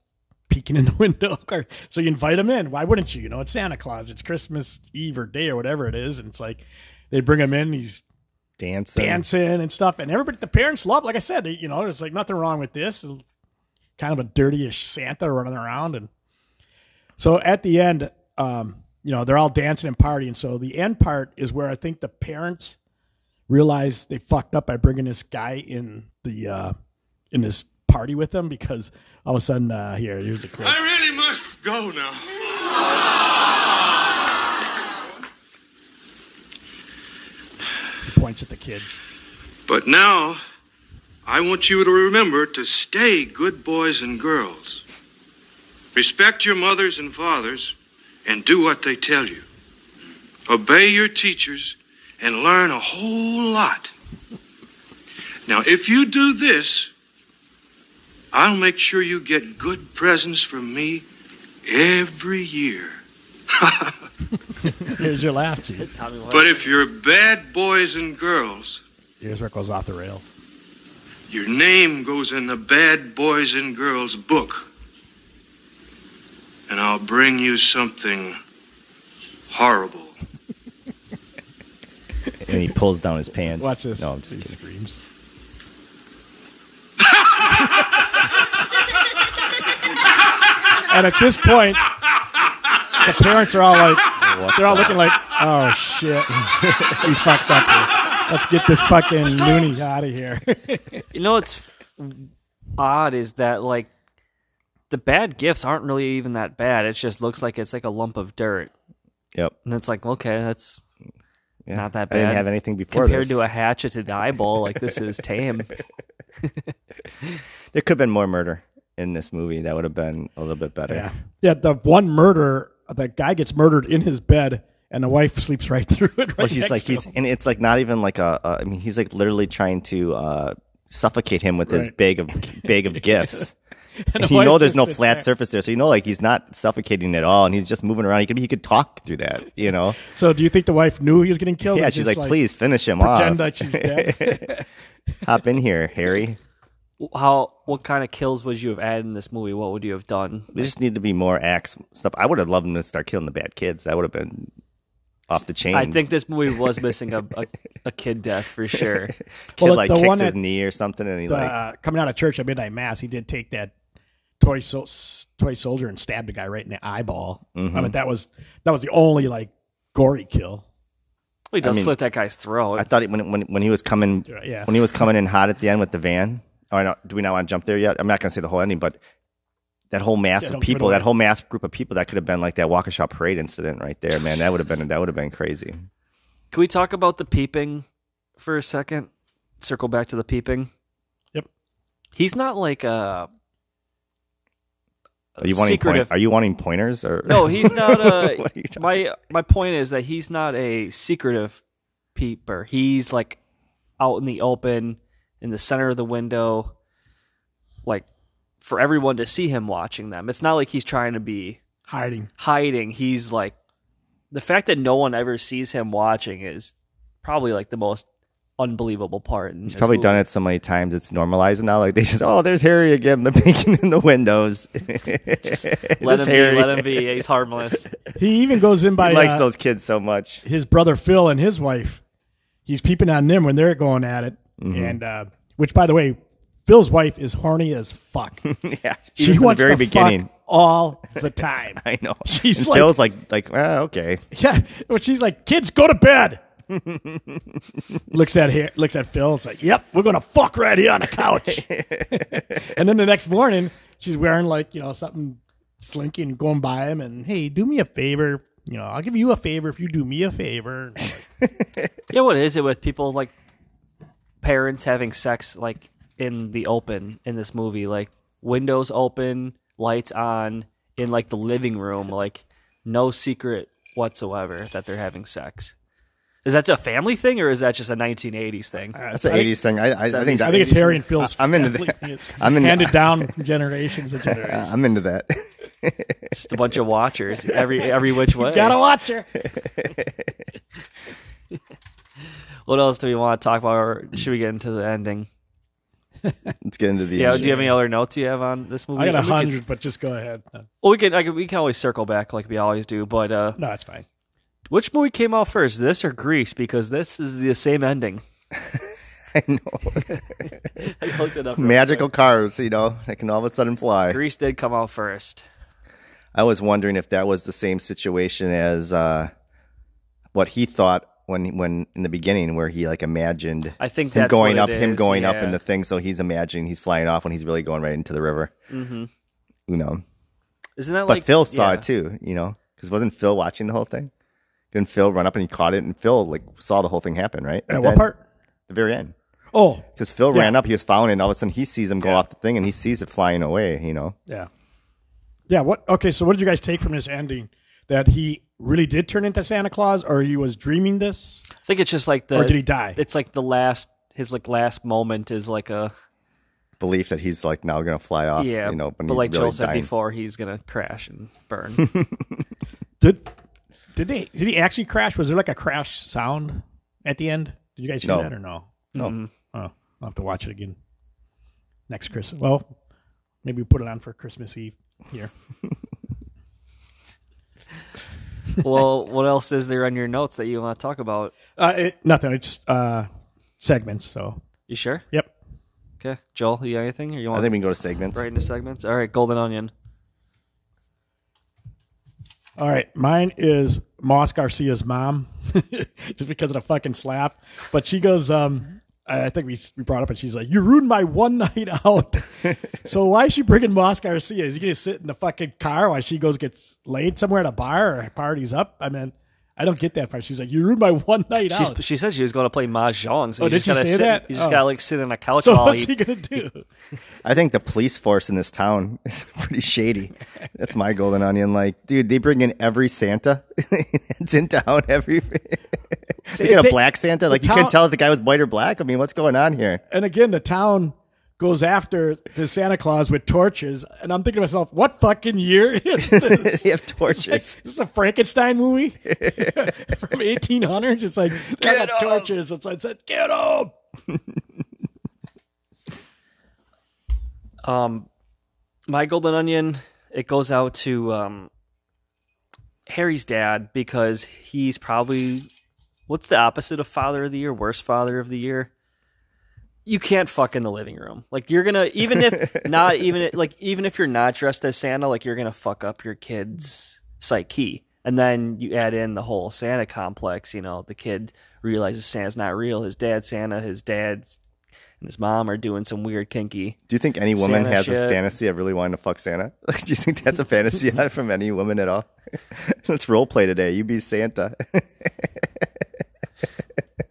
C: peeking in the <laughs> window, Or- so you invite him in. Why wouldn't you? You know, it's Santa Claus. It's Christmas Eve or day or whatever it is, and it's like they bring him in. He's
D: Dancing.
C: dancing and stuff. And everybody, the parents love, like I said, you know, there's like nothing wrong with this. It's Kind of a dirtyish Santa running around. And so at the end, um, you know, they're all dancing and partying. So the end part is where I think the parents realize they fucked up by bringing this guy in the, uh, in this party with them because all of a sudden, uh, here, here's a clip.
E: I really must go now.
C: He points at the kids.
E: But now, I want you to remember to stay good boys and girls. Respect your mothers and fathers and do what they tell you. Obey your teachers and learn a whole lot. Now, if you do this, I'll make sure you get good presents from me every year.
C: Here's your laugh, Chief.
B: Tommy Wiseau.
E: But if you're bad boys and girls,
C: Here's where it goes off the rails.
E: Your name goes in the bad boys and girls book. And I'll bring you something horrible.
D: And he pulls down his pants.
C: Watch this.
D: No, I'm just
C: he <laughs>
D: kidding.
C: screams. and at this point, the parents are all like, they're all looking like, oh shit, we fucked up. here. Let's get this fucking loony out of here.
B: You know what's f- odd is that like the bad gifts aren't really even that bad. It just looks like it's like a lump of dirt,
D: Yep.
B: and it's like okay, that's
D: Yeah.
B: Not that
D: I
B: bad.
D: didn't have anything before
B: compared
D: this.
B: to a hatcheted eyeball like this is tame
D: There could have been more murder. in this movie, that would have been a little bit better.
C: Yeah. Yeah. The one murder, the guy gets murdered in his bed, and the wife sleeps right through it. Right
D: Well, she's
C: next
D: like
C: to
D: he's, <laughs>
C: him.
D: and it's like not even like a. a I mean, he's like literally trying to uh, suffocate him with his
C: Right.
D: bag of bag of gifts.
C: <laughs> And the
D: you
C: wife
D: know, there's
C: just
D: no
C: sits
D: flat
C: there.
D: surface there, so you know, like he's not suffocating at all, and he's just moving around. He could he could talk through that,
C: <laughs>
D: you know.
C: So, do you think the wife knew he was getting killed?
D: yeah,
C: and
D: she's
C: just,
D: like, please finish him off.
C: pretend like she's dead.
D: <laughs> Hop in here, Harry.
B: How what kind of kills would you have added in this movie? What would you have done?
D: There just need to be more axe stuff. I would have loved him to start killing the bad kids. That would have been off the chain.
B: I think this movie was missing a, a, a kid death for sure.
D: kid
C: Well,
D: like
C: the
D: kicks
C: one
D: his
C: at
D: knee or something, and he
C: the, uh,
D: like
C: coming out of church at midnight mass, he did take that toy sol- toy soldier and stabbed a guy right in the eyeball. I
D: Mm-hmm.
C: mean, that was that was the only like gory kill.
B: He does
D: mean-
B: slit that guy's throat.
D: I thought it, when when when he was coming
C: yeah.
D: when he was coming in hot at the end with the van. Or no, do we not want to jump there yet? I'm not going to say the whole ending, but that whole mass
C: Yeah,
D: of
C: don't give it
D: people,
C: away.
D: that whole mass group of people, that could have been like that Waukesha parade incident right there, man. That would have been that would have been crazy.
B: Can we talk about the peeping for a second? Circle back to the peeping.
C: Yep.
B: He's not like a
D: Are you wanting point,
B: Secretive.
D: Are you wanting pointers or
B: no. He's not a.
D: What are you talking-
B: my my point is that he's not a secretive peeper. He's like out in the open, in the center of the window, like for everyone to see him watching them. It's not like he's trying to be
C: Hiding.
B: hiding. He's like the fact that no one ever sees him watching is probably like the most unbelievable part. In
D: He's <laughs> probably done it so many times it's normalized now. Like they just oh, there's Harry again, <laughs> the bacon in the windows. <laughs>
B: Let
D: Just
B: him
D: Harry.
B: be. Let him be. He's harmless.
C: He even goes in by
D: He likes
C: uh,
D: those kids so much. <laughs>
C: his brother Phil and his wife. He's peeping on them when they're going at it,
D: Mm-hmm.
C: and uh, which, by the way, Phil's wife is horny as
D: <laughs>
C: fuck.
D: yeah, even
C: she
D: from
C: wants
D: the very
C: to
D: beginning.
C: fuck all the time.
D: <laughs> I know.
C: She's
D: and
C: like-
D: Phil's like like ah, okay.
C: Yeah, well, she's like, "Kids, go to bed." <laughs> looks at here, looks at Phil. It's like, "Yep, we're gonna fuck right here on the couch." <laughs> and then the next morning, she's wearing like you know something slinky and going by him, and hey, do me a favor. You know, I'll give you a favor if you do me a favor.
B: <laughs> Yeah, what is it with people like parents having sex like in the open in this movie? Like windows open, lights on in like the living room, like no secret whatsoever that they're having sex. Is that a family thing or is that just a 1980s thing?
C: <laughs>
D: That's an '80s thing. I, I, I think
C: I think it's Harry and Phil's.
D: I- I'm into
C: family.
D: that.
C: It's
D: I'm into-
C: handed down from generations to
D: <laughs>
C: generations.
D: I'm into that.
B: Just a bunch of watchers every every which way.
C: Gotta watch her.
B: What else do we want to talk about or should we get into the ending?
D: Let's get into the
B: Yeah, do you have any other notes you have on this movie?
C: I got a
B: We can-
C: hundred, but just go ahead.
B: Well, we can, I can we can always circle back like we always do, but uh
C: No, it's fine.
B: Which movie came out first, this or Grease? Because this is the same ending.
D: <laughs> I know.
B: <laughs> I looked it up.
D: magical cars. You know, that can all of a sudden fly.
B: Grease did come out first.
D: I was wondering if that was the same situation as uh, what he thought when when in the beginning, where he like imagined
B: I think
D: him
B: that's
D: going
B: what
D: up,
B: it
D: him
B: is,
D: going up
B: yeah.
D: in the thing. So he's imagining he's flying off when he's really going right into the river. Mm-hmm. You know,
B: Isn't that
D: but
B: like
D: Phil saw
B: yeah.
D: it too. You know, because wasn't Phil watching the whole thing? Didn't Phil run up and he caught it, and Phil like saw the whole thing happen, right?
C: At
D: Then-
C: what part?
D: The very end.
C: Oh,
D: Because Phil
C: Yeah.
D: ran up, he was following, it, and all of a sudden he sees him go off the thing, and he sees it flying away. You know,
C: Yeah. Yeah. What? Okay. So, what did you guys take from this ending? That he really did turn into Santa Claus, or he was dreaming this?
B: I think it's just like the
C: Or did he die?
B: It's like the last his like last moment is like a
D: belief that he's like now going to fly off.
B: yeah.
D: you know, when
B: but
D: he's
B: like
D: really
B: Joel said
D: dying.
B: before, he's gonna crash and burn.
D: <laughs>
C: Did Did they? Did he actually crash? Was there like a crash sound at the end? Did you guys hear
D: No.
C: that or no?
D: No.
C: Oh, I'll have to watch it again next Christmas. Well, maybe we put it on for Christmas Eve here.
B: well, what else is there on your notes that you want to talk about?
C: <laughs> Uh, it, nothing. It's uh, segments. So,
B: You sure?
C: yep.
B: Okay, Joel, you got anything? Or you
D: I
B: want
D: think we can go to segments.
B: right into segments? All right, Golden Onion.
C: All right, mine is Moss Garcia's mom, <laughs> just because of the fucking slap. But she goes, um, I I think we we brought up, and she's like, "You ruined my one <laughs> night
B: <laughs>
C: out." so why is she bringing Moss Garcia? Is he gonna sit in the fucking car while she goes gets laid somewhere at a bar or parties up? I mean, I don't get that part. She's like, you ruined my one <laughs> night
B: She's,
C: out.
B: she said she was going to play mahjong. So
C: Oh,
B: you
C: did
B: just
C: she
B: gotta
C: say
B: sit,
C: that?
B: You just
C: Oh.
B: gotta like sit on a couch
C: <laughs> So
B: while
C: what's
B: he-
C: he gonna do?
D: I think the police force in this town <laughs> is
B: <laughs>
D: pretty shady. That's my golden onion. Like, dude, they bring in every Santa <laughs> that's in town. Every <laughs> they get a
C: They-
D: black Santa. Like, you
C: town-
D: couldn't tell if the guy was white or black. I mean, what's going on here? <laughs>
C: and again, the town goes after the Santa Claus with torches, and I'm thinking to myself, what fucking year is this?
B: <laughs>
D: they have
C: This
D: <laughs> torches.
C: is a Frankenstein movie from 1800s. It's like they have
D: Get 'em.
C: torches. It's like it's- get up.
B: Um, my golden onion. It goes out to um, Harry's dad because he's probably what's the opposite of father of the year? Worst father of the year. You can't fuck in the living room. Like you're gonna even if not even if- like even if you're not dressed as Santa, like you're gonna fuck up your kid's psyche. And then you add in the whole Santa complex. You know, the kid realizes Santa's not real. His dad's Santa. His dad's and his mom are doing some weird kinky.
D: Do you think any woman
B: Santa
D: has
B: shit.
D: this fantasy of really wanting to fuck Santa? <laughs> Like, do you think that's a fantasy <laughs> from any woman at all? <laughs> Let's role play today. You be Santa. <laughs> you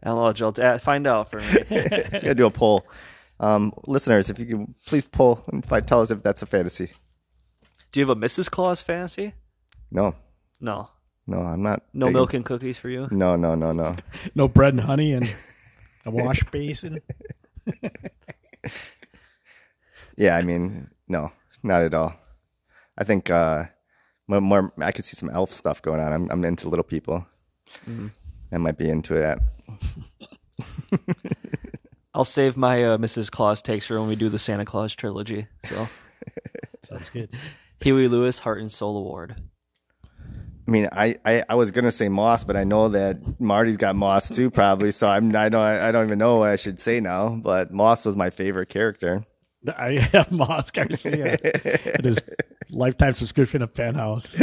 B: I don't know, Jill. Dad, find out for me.
D: gotta do a poll. Um, listeners, if you can please poll and find, tell us if that's a fantasy.
B: Do you have a Mrs. Claus fantasy?
D: No,
B: No.
D: no, I'm not.
B: No
D: big-
B: milk and cookies for you?
D: No, no, no, no.
C: No bread and honey and a wash basin.
D: Yeah, I mean, no, not at all. I think uh, more, more I could see some elf stuff going on. I'm, I'm into little people.
B: Mm.
D: I might be into that.
B: I'll save my uh, Mrs. Claus takes for when we do the Santa Claus trilogy.
D: <laughs>
B: So,
C: Sounds good.
B: Huey Lewis Heart and Soul Award.
D: I mean, I, I, I was gonna say moss, but I know that Marty's got moss too, probably. So I'm I don't I don't even know what I should say now. But moss was my favorite character.
C: I have Moss Garcia and his lifetime subscription of Penthouse.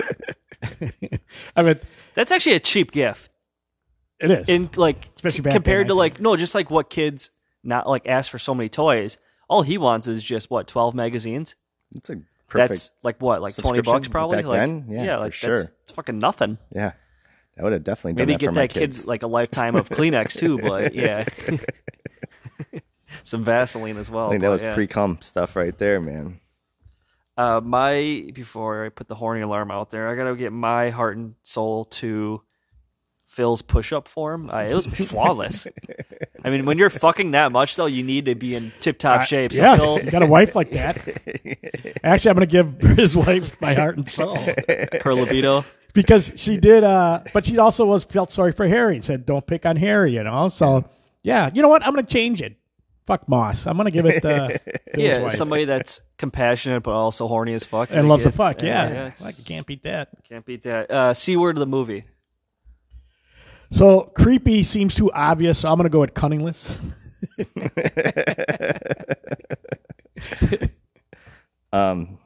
C: <laughs> I mean,
B: That's actually a cheap gift.
C: it is.
B: In like
C: Especially back
B: compared to
C: then, I
B: like no, just like what kids not like ask for so many toys. All he wants is just what, 12 magazines?
D: It's a perfect.
B: That's like what, like 20
D: subscription
B: bucks probably?
D: back
B: like
D: then? Yeah, for
B: like
D: sure.
B: that's it's fucking nothing.
D: yeah, I would have definitely done
B: Maybe
D: that for
B: get
D: my
B: that
D: kids.
B: kid like a lifetime
D: <laughs>
B: of Kleenex too, but yeah. <laughs> Some Vaseline as well.
D: I think that
B: but
D: was
B: yeah.
D: pre cum stuff right there, man.
B: Uh, my before I put the horny alarm out there, I gotta get my heart and soul to Phil's push-up form. I,
C: <laughs>
B: it was flawless. I mean, when you're fucking that much though, you need to be in tip-top shape. So
C: yes, you
B: Phil,
C: got a wife like that. Actually, I'm going to give his wife my heart and soul
B: her libido.
C: because she did. Uh, but she also was felt sorry for Harry and said, "Don't pick on Harry," you know. So yeah, you know what? I'm going to change it. Fuck Moss. I'm going to give it uh, <laughs> to <laughs> his
B: Yeah,
C: wife
B: somebody that's compassionate but also horny as fuck
C: and loves the
B: the
C: fuck. Yeah,
B: it's-
C: like you can't beat that.
B: can't beat that. Uh, C word of the movie.
C: So creepy seems too obvious. So I'm going to go with cunningless.
D: Um,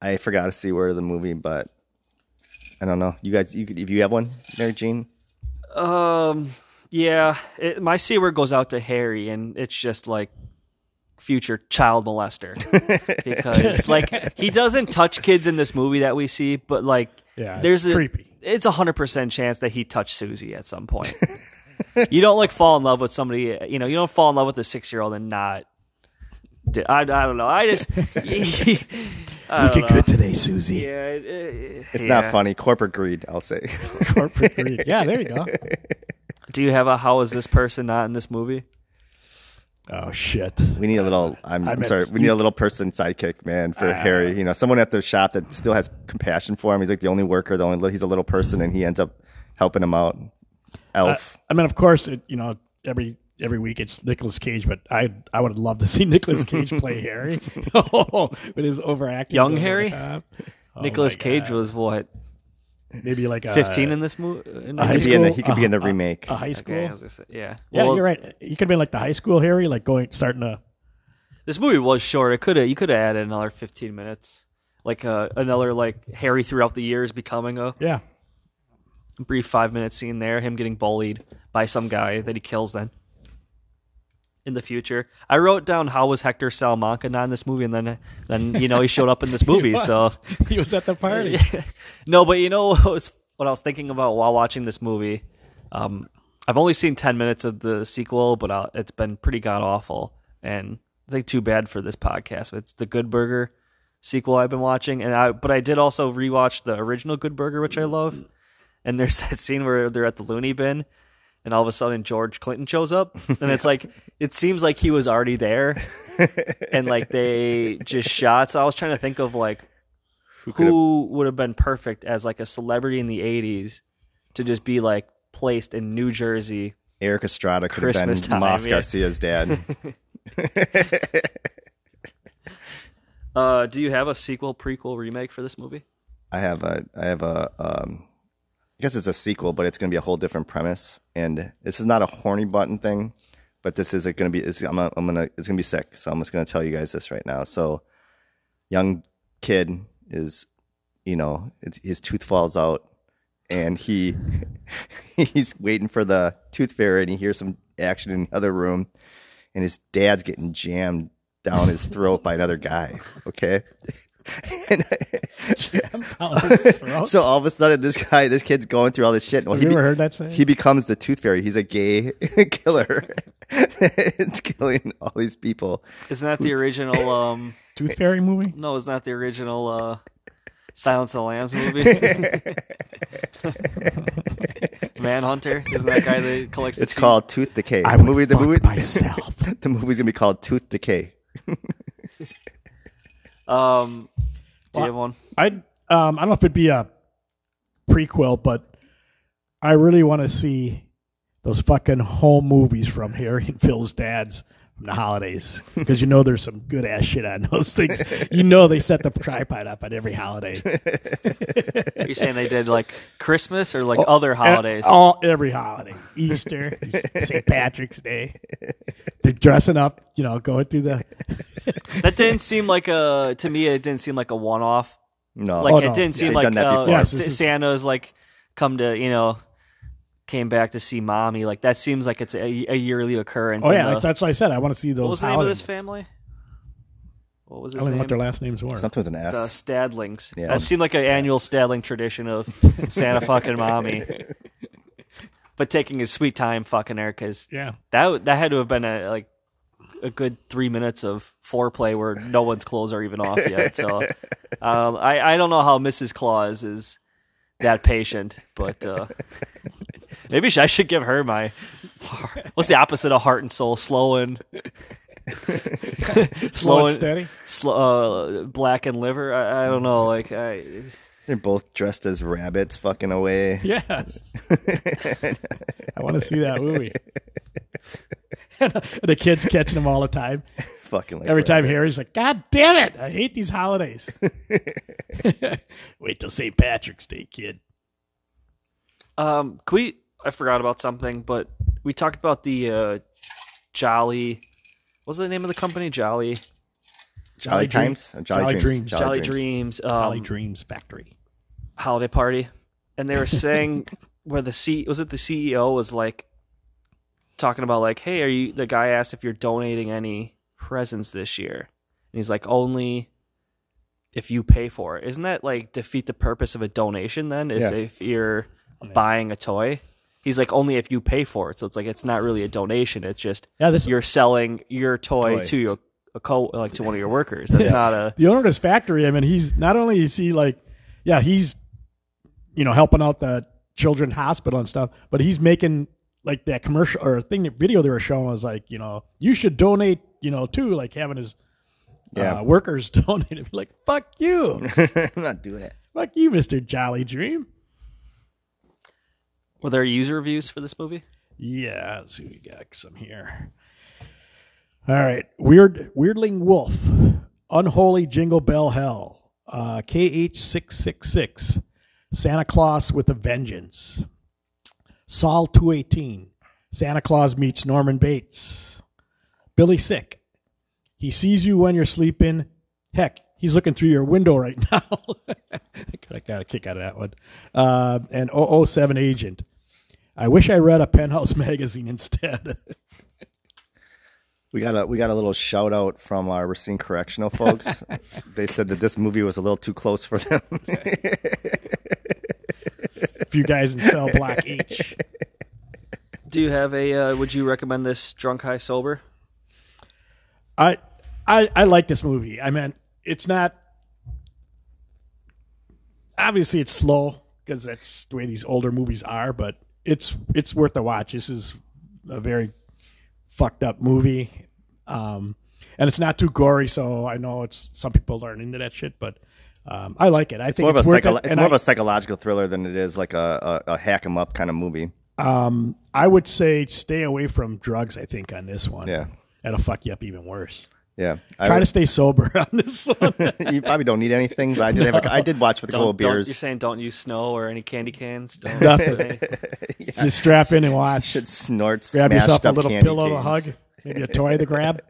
D: I forgot a c word of the movie, but I don't know. You guys, you could, if you have one, Mary Jean.
B: Um. Yeah, it, my C word goes out to Harry, and it's just like future child molester because like he doesn't touch kids in this movie that we see, but like
C: Yeah, it's
B: there's a,
C: creepy.
B: It's a hundred percent chance that he touched Susie at some point. <laughs> you don't like fall in love with somebody. You know, you don't fall in love with a six year old and not. di- I, I don't know. I just <laughs> I don't know.
C: today, Susie.
B: Yeah, it- it-
D: It's
B: yeah.
D: not funny. Corporate greed, I'll say. <laughs>
C: <laughs> Corporate greed. Yeah, there you go.
B: Do you have a how is this person not in this movie?
C: Oh shit.
D: We need a little. I'm,
C: I
D: I'm
C: meant- Ah.
D: sorry. We need a little person sidekick, man, for Harry. You know, someone at the shop that still has compassion for him. He's like the only worker, the only. li- He's a little person, and he ends up helping him out.
C: Uh,
D: Elf.
C: I mean, of course, it, you know every every week it's Nicolas Cage, but I I would love to see <laughs> Nicolas Cage play Harry <laughs> Oh, with his overacting.
B: Young
C: over the
B: Harry?
C: top. Oh
B: Nicholas
C: my
B: Cage
C: God. Uh,
B: was what
C: maybe like a-
B: 15 in this movie? in
C: high
D: he
B: this-
D: could be in the,
C: school,
D: he could be in the
C: uh,
D: remake.
C: a high school.
B: Okay, I was gonna say- yeah.
C: yeah,
B: Well,
C: you're
B: it's-
C: right. You could be like the high school Harry, like going starting to.
B: This movie was short. It could have you could have added another 15 minutes. Like uh, another like Harry throughout the years becoming a
C: Yeah,
B: brief 5 minute scene there, him getting bullied by some guy that he kills then in the future. I wrote down how was Hector Salamanca not in this movie and then then you know he showed up in this <laughs> movie,
C: <laughs> He
B: so
C: was. he was at the party.
B: <laughs> no, but you know what was what I was thinking about while watching this movie. Um, I've only seen ten minutes of the sequel, but uh it's been pretty god awful, and I think too bad for this podcast. It's the Good Burger sequel I've been watching, and I but I did also rewatch the original Good Burger, which I love. And there's <laughs> that scene where they're at the loony bin, and all of a sudden George Clinton shows up, and it's like it seems like he was already there, and like they just shot. So I was trying to think of like who would have been perfect as like a celebrity in the 80s to just be like placed in New Jersey.
D: Eric Estrada could
B: Christmas
D: have been
B: time,
D: Moss
B: yeah.
C: <laughs>
D: Garcia's dad.
B: Uh, do you have a sequel, prequel, remake for this movie?
D: I have a I have a um I guess it's a sequel, but it's going to be a whole different premise. And this is not a horny button thing, but this is going to be it's, I'm, gonna- I'm gonna it's going to be sick. So I'm just going to tell you guys this right now. So young kid is you know it's, his tooth falls out, and he <laughs> he's waiting for the tooth fairy, and he hears some action in the other room, and his dad's getting jammed down his throat by another guy.
C: <laughs>
D: Okay. And- <laughs> so all of a sudden, this guy, this kid's going through all this shit. Well,
C: Have
D: he
C: you ever
D: be-
C: heard that saying?
D: He becomes the tooth fairy. He's a gay <laughs> killer. it's killing all these people.
B: Isn't that <laughs> the original? Um,
C: Tooth Fairy movie?
B: no, it's not the original uh, Silence of the Lambs <laughs> movie. Manhunter, isn't that guy that collects? The
D: It's
B: teeth?
D: called Tooth Decay.
C: I
D: the movie, the
C: fuck
D: movie,
C: myself.
D: <laughs>
C: <laughs>
D: the movie's gonna be called Tooth Decay.
B: Um, do you have one?
C: I um, I don't know if it'd be a prequel, but I really want to see those fucking home movies from Harry and Phil's dads from the holidays because you know there's some good ass shit on
B: <laughs>
C: those things. you know they set the tripod up at every holiday,
B: You're saying they did like Christmas or like other holidays?
C: all every holiday,
B: <laughs>
C: Easter, St. Patrick's Day. They're dressing up, you know, going through the
B: That didn't seem like a to me. It didn't seem like a one-off.
D: No,
B: Like
C: Oh,
B: it
C: no.
B: didn't
C: Yeah.
B: seem
D: They've
B: like
D: done that
B: uh,
D: before.
C: Yes,
B: Sa-
C: this is-
B: Santa's like come to you know came back to see mommy. Like that seems like it's a, a yearly occurrence.
C: oh
B: in
C: yeah,
B: the-
C: that's- that's what I said. I want to see those.
B: what was the name of
C: holiday-
B: this family? What was
C: I
B: his
C: don't know
B: name?
C: what their last names were.
D: something with an
B: the
D: S.
B: Uh, Stadlings.
D: Yeah.
B: That seemed like an annual Stadling tradition
D: <laughs>
B: of Santa fucking mommy, but taking his sweet time fucking her because
C: Yeah.
B: that w- that had to have been a like a good three minutes of foreplay where no one's clothes are even off yet. So um, I I don't know how Mrs. Claus is that patient, but uh, maybe sh- I should give her my what's the opposite of heart and soul? Slow <laughs> and slow and <laughs>
C: steady.
B: slow, uh, black and liver. I, I don't know. Like I,
D: They're both dressed as rabbits, fucking away.
B: <laughs>
C: Yes. I want to see that movie. <laughs> and the kids catching them all the time.
D: It's fucking like
C: Every time
D: rabbits.
C: Harry's like, God damn it. I hate
B: <laughs>
C: these holidays. Wait till St. Patrick's Day, kid.
B: um, can we? I forgot about something, but we talked about the uh, Jolly. What's the name of the company? Jolly.
C: Jolly
D: Jolly,
C: Dream-
D: Times, or Jolly,
C: Jolly
D: Dreams,
C: Dreams.
B: Jolly, Dreams, um,
C: Holly Dreams Factory.
B: holiday party, and they were saying where the C was it the CEO was like talking about like, hey, are you? The guy asked if you're donating any presents this year, and he's like, only if you pay for it. Isn't that like defeat the purpose of a donation? Then is
D: Yeah.
B: if you're buying a toy. He's like only if you pay for it, so it's like it's not really a donation. It's just
C: Yeah, this
B: you're selling your toy,
D: Toy.
B: to your a co like to one of your workers. That's not a
C: the owner of this factory, I mean, he's not only is he like, yeah, he's, you know, helping out the children hospital and stuff, but he's making like that commercial or thing that video they were showing was like, you know, you should donate, you know, too, like having his
D: Yeah.
C: uh, workers <laughs> donate. It'd be like, fuck you,
D: <laughs> I'm not doing it.
C: fuck you, Mister Jolly Dream.
B: were there user reviews for this movie?
C: Yeah, let's see, we got some here. All right, weird, weirdling wolf, unholy jingle bell hell, uh, KH six six six, Santa Claus with a vengeance, Saul two eighteen, Santa Claus meets Norman Bates, Billy sick, he sees you when you're sleeping. Heck, he's looking through your window right <laughs> now. I got a kick out of that one. Uh, and 007 agent. I wish I read a penthouse <laughs> magazine instead. <laughs>
D: We got a we got a little shout out from our Racine
C: <laughs>
D: Correctional <laughs> folks. they said that this movie was a little too close for them.
C: if you guys in cell block H.
B: Do you have a? Uh, would you recommend this drunk high sober?
C: I I I like this movie. I mean, it's not obviously it's slow because that's the way these older movies are, but it's it's worth a watch. This is a very fucked up movie. Um and it's not too gory, so I know it's some people aren't into that shit, but um, I like it. I think
D: more of a
C: it's worth
D: psycho-
C: it,
D: it's
C: and
D: more
C: I-
D: of a psychological thriller than it is like a, a, a hack 'em up kind of movie.
C: Um, I would say stay away from drugs. I think on this one,
D: Yeah.
C: that'll fuck you up even worse.
D: Yeah, I
C: Try
D: would-
C: to stay sober <laughs> on
D: <laughs>
C: this one.
D: you probably don't need anything, but I did have a, I did watch with a couple
B: Don't,
D: of
B: don't you're
D: beers.
B: saying don't use snow or any candy cans? Don't,
C: <laughs> Nothing. Just strap in and watch.
D: Should snort
C: grab
D: smashed
C: yourself a
D: up
C: little
D: candy
C: pillow
D: canes.
C: to hug, maybe a toy to
D: <laughs>
C: grab.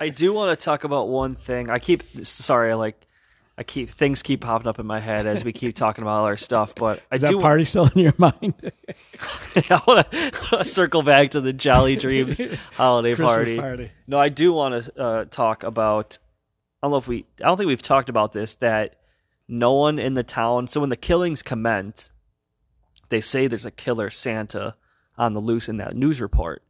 B: I do want to talk about one thing. I keep sorry, like I keep things keep popping up in my head as we keep talking about all our stuff. But I
C: Is that
B: do
C: party still in your <laughs> mind?
B: <laughs> I want to circle back to the Jolly
C: <laughs>
B: Dreams holiday
C: Christmas
B: party.
C: party.
B: No, I do want to uh, talk about. I don't know if we. I don't think we've talked about this. That no one in the town. So when the killings commence, they say there's a killer Santa on the loose in that news report,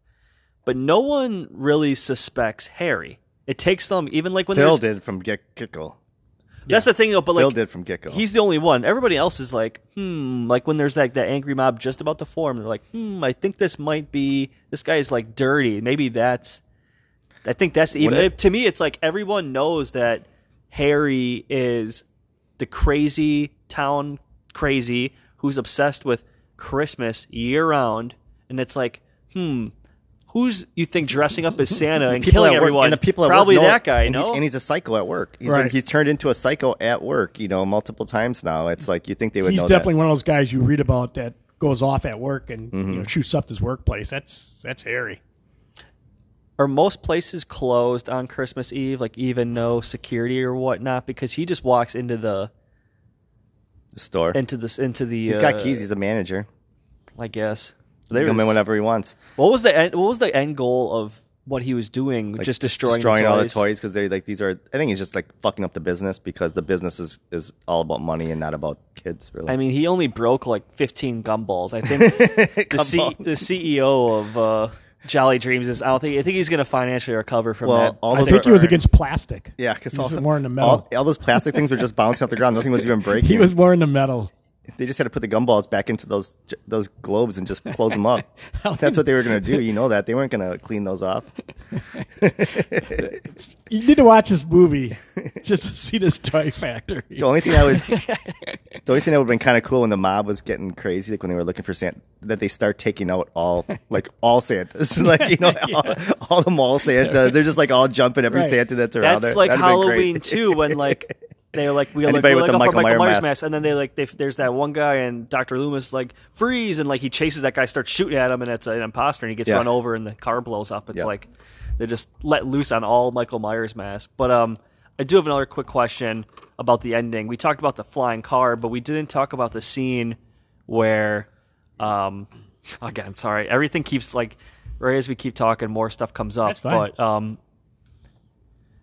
B: but no one really suspects Harry. It takes them even like when
D: Phil
B: there's-
D: did from Get Gickle.
B: that's the thing though. But
D: Phil
B: like
D: did from Gickle.
B: He's the only one. Everybody else is like, hmm. Like when there's like that angry mob just about to form, they're like, hmm. I think this might be this guy's like dirty. Maybe that's. I think that's even
D: it-
B: to me. It's like everyone knows that Harry is the crazy town crazy who's obsessed with Christmas year round, and it's like, hmm. Who's you think dressing up as Santa and
D: people
B: killing
D: at work,
B: everyone?
D: and the people at
B: probably
D: work know it,
B: that guy.
D: and,
B: no,
D: he's, and he's a psycho at work. He's been,
C: Right.
D: he's turned into a psycho at work. You know, multiple times now. It's like you think they would
C: He's
D: know
C: definitely one of those guys you read about that goes off at work and
D: Mm-hmm.
C: you know, shoots up his workplace. That's that's hairy.
B: are most places closed on Christmas Eve? Like even no security or whatnot? Because he just walks into the
D: that store.
B: into this into the. uh,
D: he's got keys. He's a manager.
B: I guess.
D: He
B: There
D: can Come in
B: is-
D: whenever he wants.
B: what was the end, what was the end goal of what he was doing?
D: Like,
B: just destroying, the
D: all the
B: toys?
D: toys because they're like these are. I think he's just like fucking up the business because the business is is all about money and not about kids. Really,
B: I mean, he only broke like 15 gumballs. I
D: <laughs>
B: think the, C-
D: Gumball.
B: the CEO of uh, Jolly Dreams is. I don't think. I think he's going to financially recover from
D: Well,
B: that.
D: all
C: I
D: those
C: think
D: are-
C: he was against plastic.
D: Yeah, because
C: he
D: all,
C: was more in the metal.
D: all, all those plastic things were just bouncing off the ground. Nothing was
B: <laughs>
D: even breaking.
C: he was more in the metal.
D: they just had to put the gumballs back into those those globes and just close
B: <laughs>
D: them up. That's what they were gonna do. You know that they weren't gonna clean those off.
C: You need to watch this
D: <laughs>
C: movie just to see this toy factory.
D: The only thing
B: <laughs>
D: I would, the only thing that would have been kind of cool when the mob was getting crazy, like when they were looking for Santa, that they start taking out all like all Santas, <laughs>
B: <laughs>
D: like you know all, all the mall Santas. They're just like all jumping every
C: Right.
D: Santa that's around.
B: That's
D: there.
B: like
D: That'd have been great.
B: Halloween too, when like
D: <laughs>
B: they're like we like,
D: Anybody
B: we're
D: with
B: like
D: the
B: oh, for
D: Michael
B: Michael
D: Myers
B: Myers
D: mask.
B: mask, and then they like they, there's that one guy and Doctor Loomis like freeze and like he chases that guy, starts shooting at him, and it's an imposter, and he gets
D: Yeah.
B: run over, and the car blows up. It's
D: Yeah.
B: like they just let loose on all Michael Myers masks. But um, I do have another quick question about the ending. We talked about the flying car, but we didn't talk about the scene where um <laughs> again sorry everything keeps like right as we keep talking more stuff comes up
C: That's fine.
B: but um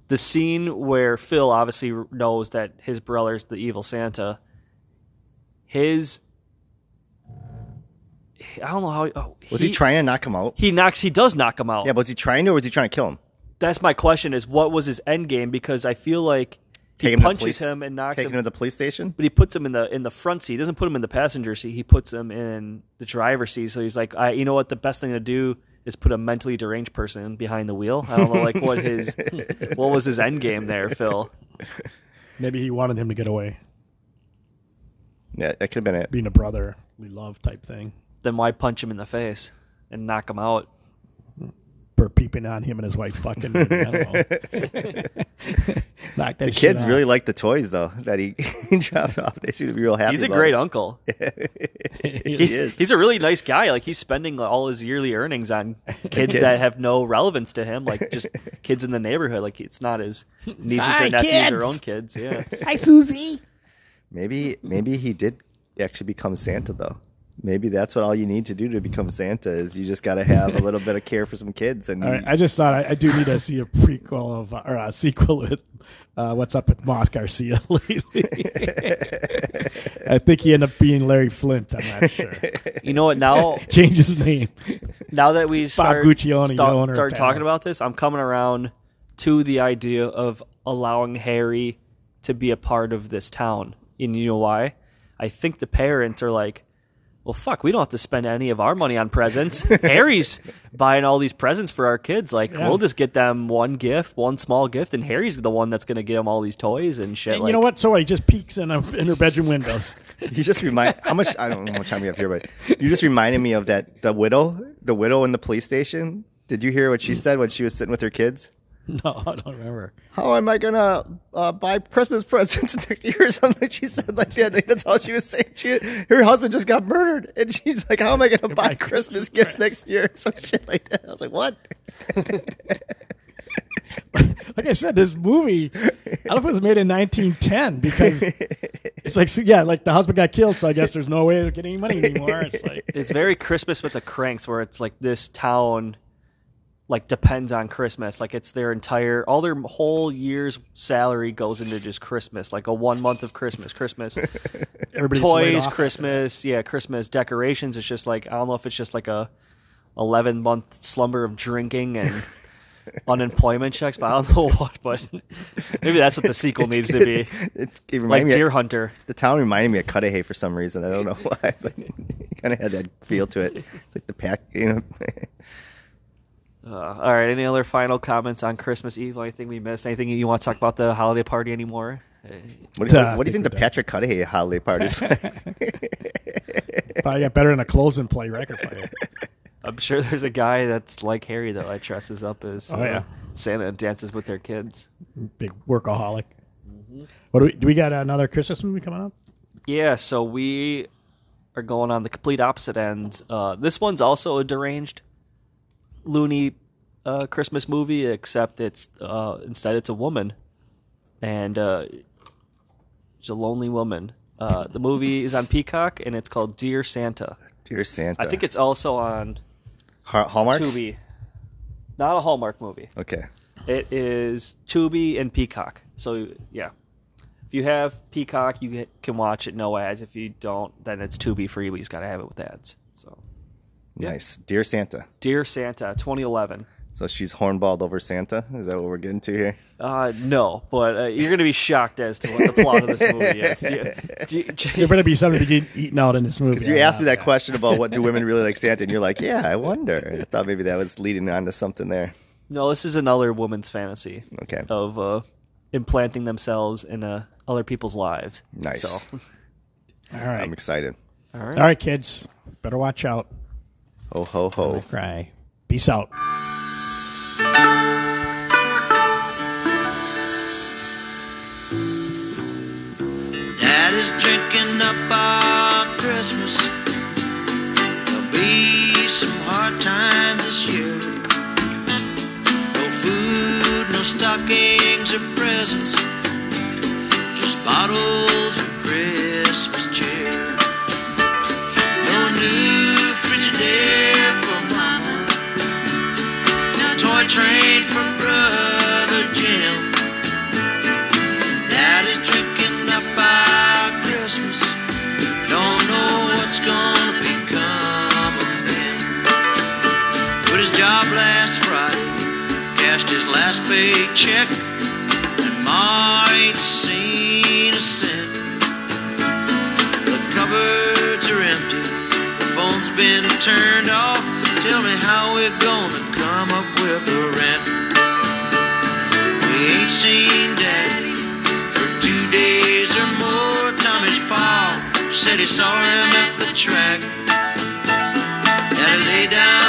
B: the scene where phil obviously knows that his brother's the evil santa his i don't know how oh,
D: Was he, trying to knock him out?
B: he knocks he does knock him out
D: Yeah, but was he trying to, or was he trying to kill him?
B: that's my question is what was his end game because i feel like
D: Take
B: he
D: him to the
B: punches
D: police-
B: him and knocks
D: Taking
B: him
D: him to the police station.
B: but he puts him in the in the front seat. He doesn't put him in the passenger seat. He puts him in the driver's seat. So he's like, I, you know what? The best thing to do is put a mentally deranged person behind the wheel. I don't know, like what
D: <laughs>
B: his what was his end game there, Phil?
C: Maybe he wanted him to get away,
D: Yeah, that could have been it.
C: being a brother we love type thing,
B: Then why punch him in the face and knock him out?
C: for peeping on him and his wife fucking. I don't <laughs> know. Knock that shit
D: Kids
C: off.
D: really like the toys though <laughs> that he dropped off. They seem to be real happy.
B: He's a
D: about
B: great
D: it. <laughs>
B: uncle.
D: He
B: He's,
D: is.
B: he's a really nice guy. Like he's spending all his yearly earnings
D: <laughs>
B: on kids, that have no relevance to him, like just kids in the neighborhood. Like it's not his nieces or
C: Hi,
B: nephews or
C: kids.
B: own kids. Yeah.
C: <laughs> Hi, Susie.
D: Maybe maybe he did actually become Santa though. Maybe that's what all you need to do to become Santa is you just got to have a little bit of care for some kids and
C: All right, I just thought I, I do need to see a prequel of or a <laughs> sequel with uh, what's up with Moss Garcia lately. I think he ended up being Larry Flint. I'm not
D: <laughs>
C: sure.
B: You know what? Now,
C: Change his name.
B: now that we start,
C: Guccione,
B: sta-
C: the owner of
B: start talking
C: Palace.
B: about this, I'm coming around to the idea of allowing Harry to be a part of this town. And you know why? I think the parents are like, well, fuck, we don't have to spend any of our money on
C: <laughs>
B: presents. Harry's buying all these presents for our kids. Like, we'll just get them one gift, one small gift, and Harry's the one that's going to get them all these toys and shit.
C: And
B: like,
C: you know what? So what? He just peeks in, a, in her bedroom windows. <laughs>
D: You just remind how much I don't know how much time we have here, but you just reminded me of that the widow, the widow in the police station. Did you hear what she said when she was sitting with her kids?
C: No, I don't remember.
D: How am I gonna uh, buy Christmas presents <laughs> next year or something? She said like that. Like, that's all she was saying. She, her husband just got murdered, and she's like, "How am I gonna buy <laughs> Christmas gifts next year?" or Some shit like that. I was like, "What?"
C: Like I said, this movie, I don't know if it was made in 1910 because it's like, so yeah, like the husband got killed, so I guess there's no way to get any money anymore. It's like,
B: it's very Christmas with the Cranks, where it's like this town, like depends on Christmas. Like it's their entire, all their whole year's salary goes into just Christmas, like a one month of Christmas,
C: <laughs>
B: Christmas
C: everybody's laid
B: toys,
C: off.
B: Christmas, yeah, Christmas decorations. It's just like I don't know if it's just like a eleven month slumber of drinking
C: <laughs>
B: and unemployment checks, but I don't know <laughs> what. But maybe that's what the sequel needs to be,
D: <laughs> It's, it reminded
B: like
D: me. of-
B: Deer Hunter.
D: the town reminded me of Cudahy for some reason. I don't <laughs> know why, but kind of had that feel to it. It's like the pack, you know. <laughs>
B: Uh, all right. Any other final comments on Christmas Eve? Anything we missed? Anything you want to talk about the holiday party anymore?
D: What do you,
C: Nah,
D: what do you
C: I
D: think the Patrick Cudahy holiday <laughs> party's like?
C: Probably got better than a close and play record player.
B: I'm sure there's a guy that's like Harry that like dresses up as uh,
C: Oh, yeah.
B: Santa and dances with their kids.
C: Big workaholic. What do we, do we got another Christmas movie coming up?
B: Yeah, so we are going on the complete opposite end. Uh, this one's also a deranged, loony uh, Christmas movie, except it's uh, instead it's a woman, and uh, it's a lonely woman. Uh, the movie is on Peacock, and it's called Dear Santa.
D: Dear Santa.
B: I think it's also on
D: Har- Hallmark.
B: Tubi. Not a Hallmark movie.
D: Okay.
B: It is Tubi and Peacock. So yeah, if you have Peacock, you get- can watch it no ads. If you don't, then it's Tubi free, but you just gotta have it with ads. So,
D: Nice. Dear Santa.
B: Dear Santa, 2011.
D: So she's hornballed over Santa. Is that what we're getting to here?
B: Uh, no, but uh, you're gonna be shocked as to what the plot of this movie is. Yeah. J-
C: There
B: J-
C: better be something to get eaten out in this
D: <laughs>
C: movie.
D: Because you asked me that question about what do women really like Santa, and you're like, yeah, I wonder. I thought maybe that was leading on to something there.
B: no, this is another woman's fantasy
D: Okay.
B: of uh, implanting themselves in uh, other people's lives.
D: Nice.
B: So,
C: All right.
D: I'm excited.
B: all right.
C: All right, kids. Better watch out.
D: Ho ho ho.
C: Cry. Peace out.
A: Daddy's drinking up our Christmas. There'll be some hard times this year. No food, no stockings or presents. Just bottles of Christmas cheer. No new Frigidaire for Mama. No toy train for Brother Jim. Daddy's drinking up our Christmas. Don't know what's gonna become of him. Quit his job last Friday, cashed his last paycheck, and Ma ain't seen a cent. The cupboards are empty, the phone's been turned off. Tell me how we're gonna come up with the rent. We ain't seen Daddy for two days or more. Tommy's pa said he saw him at the track. Daddy lay down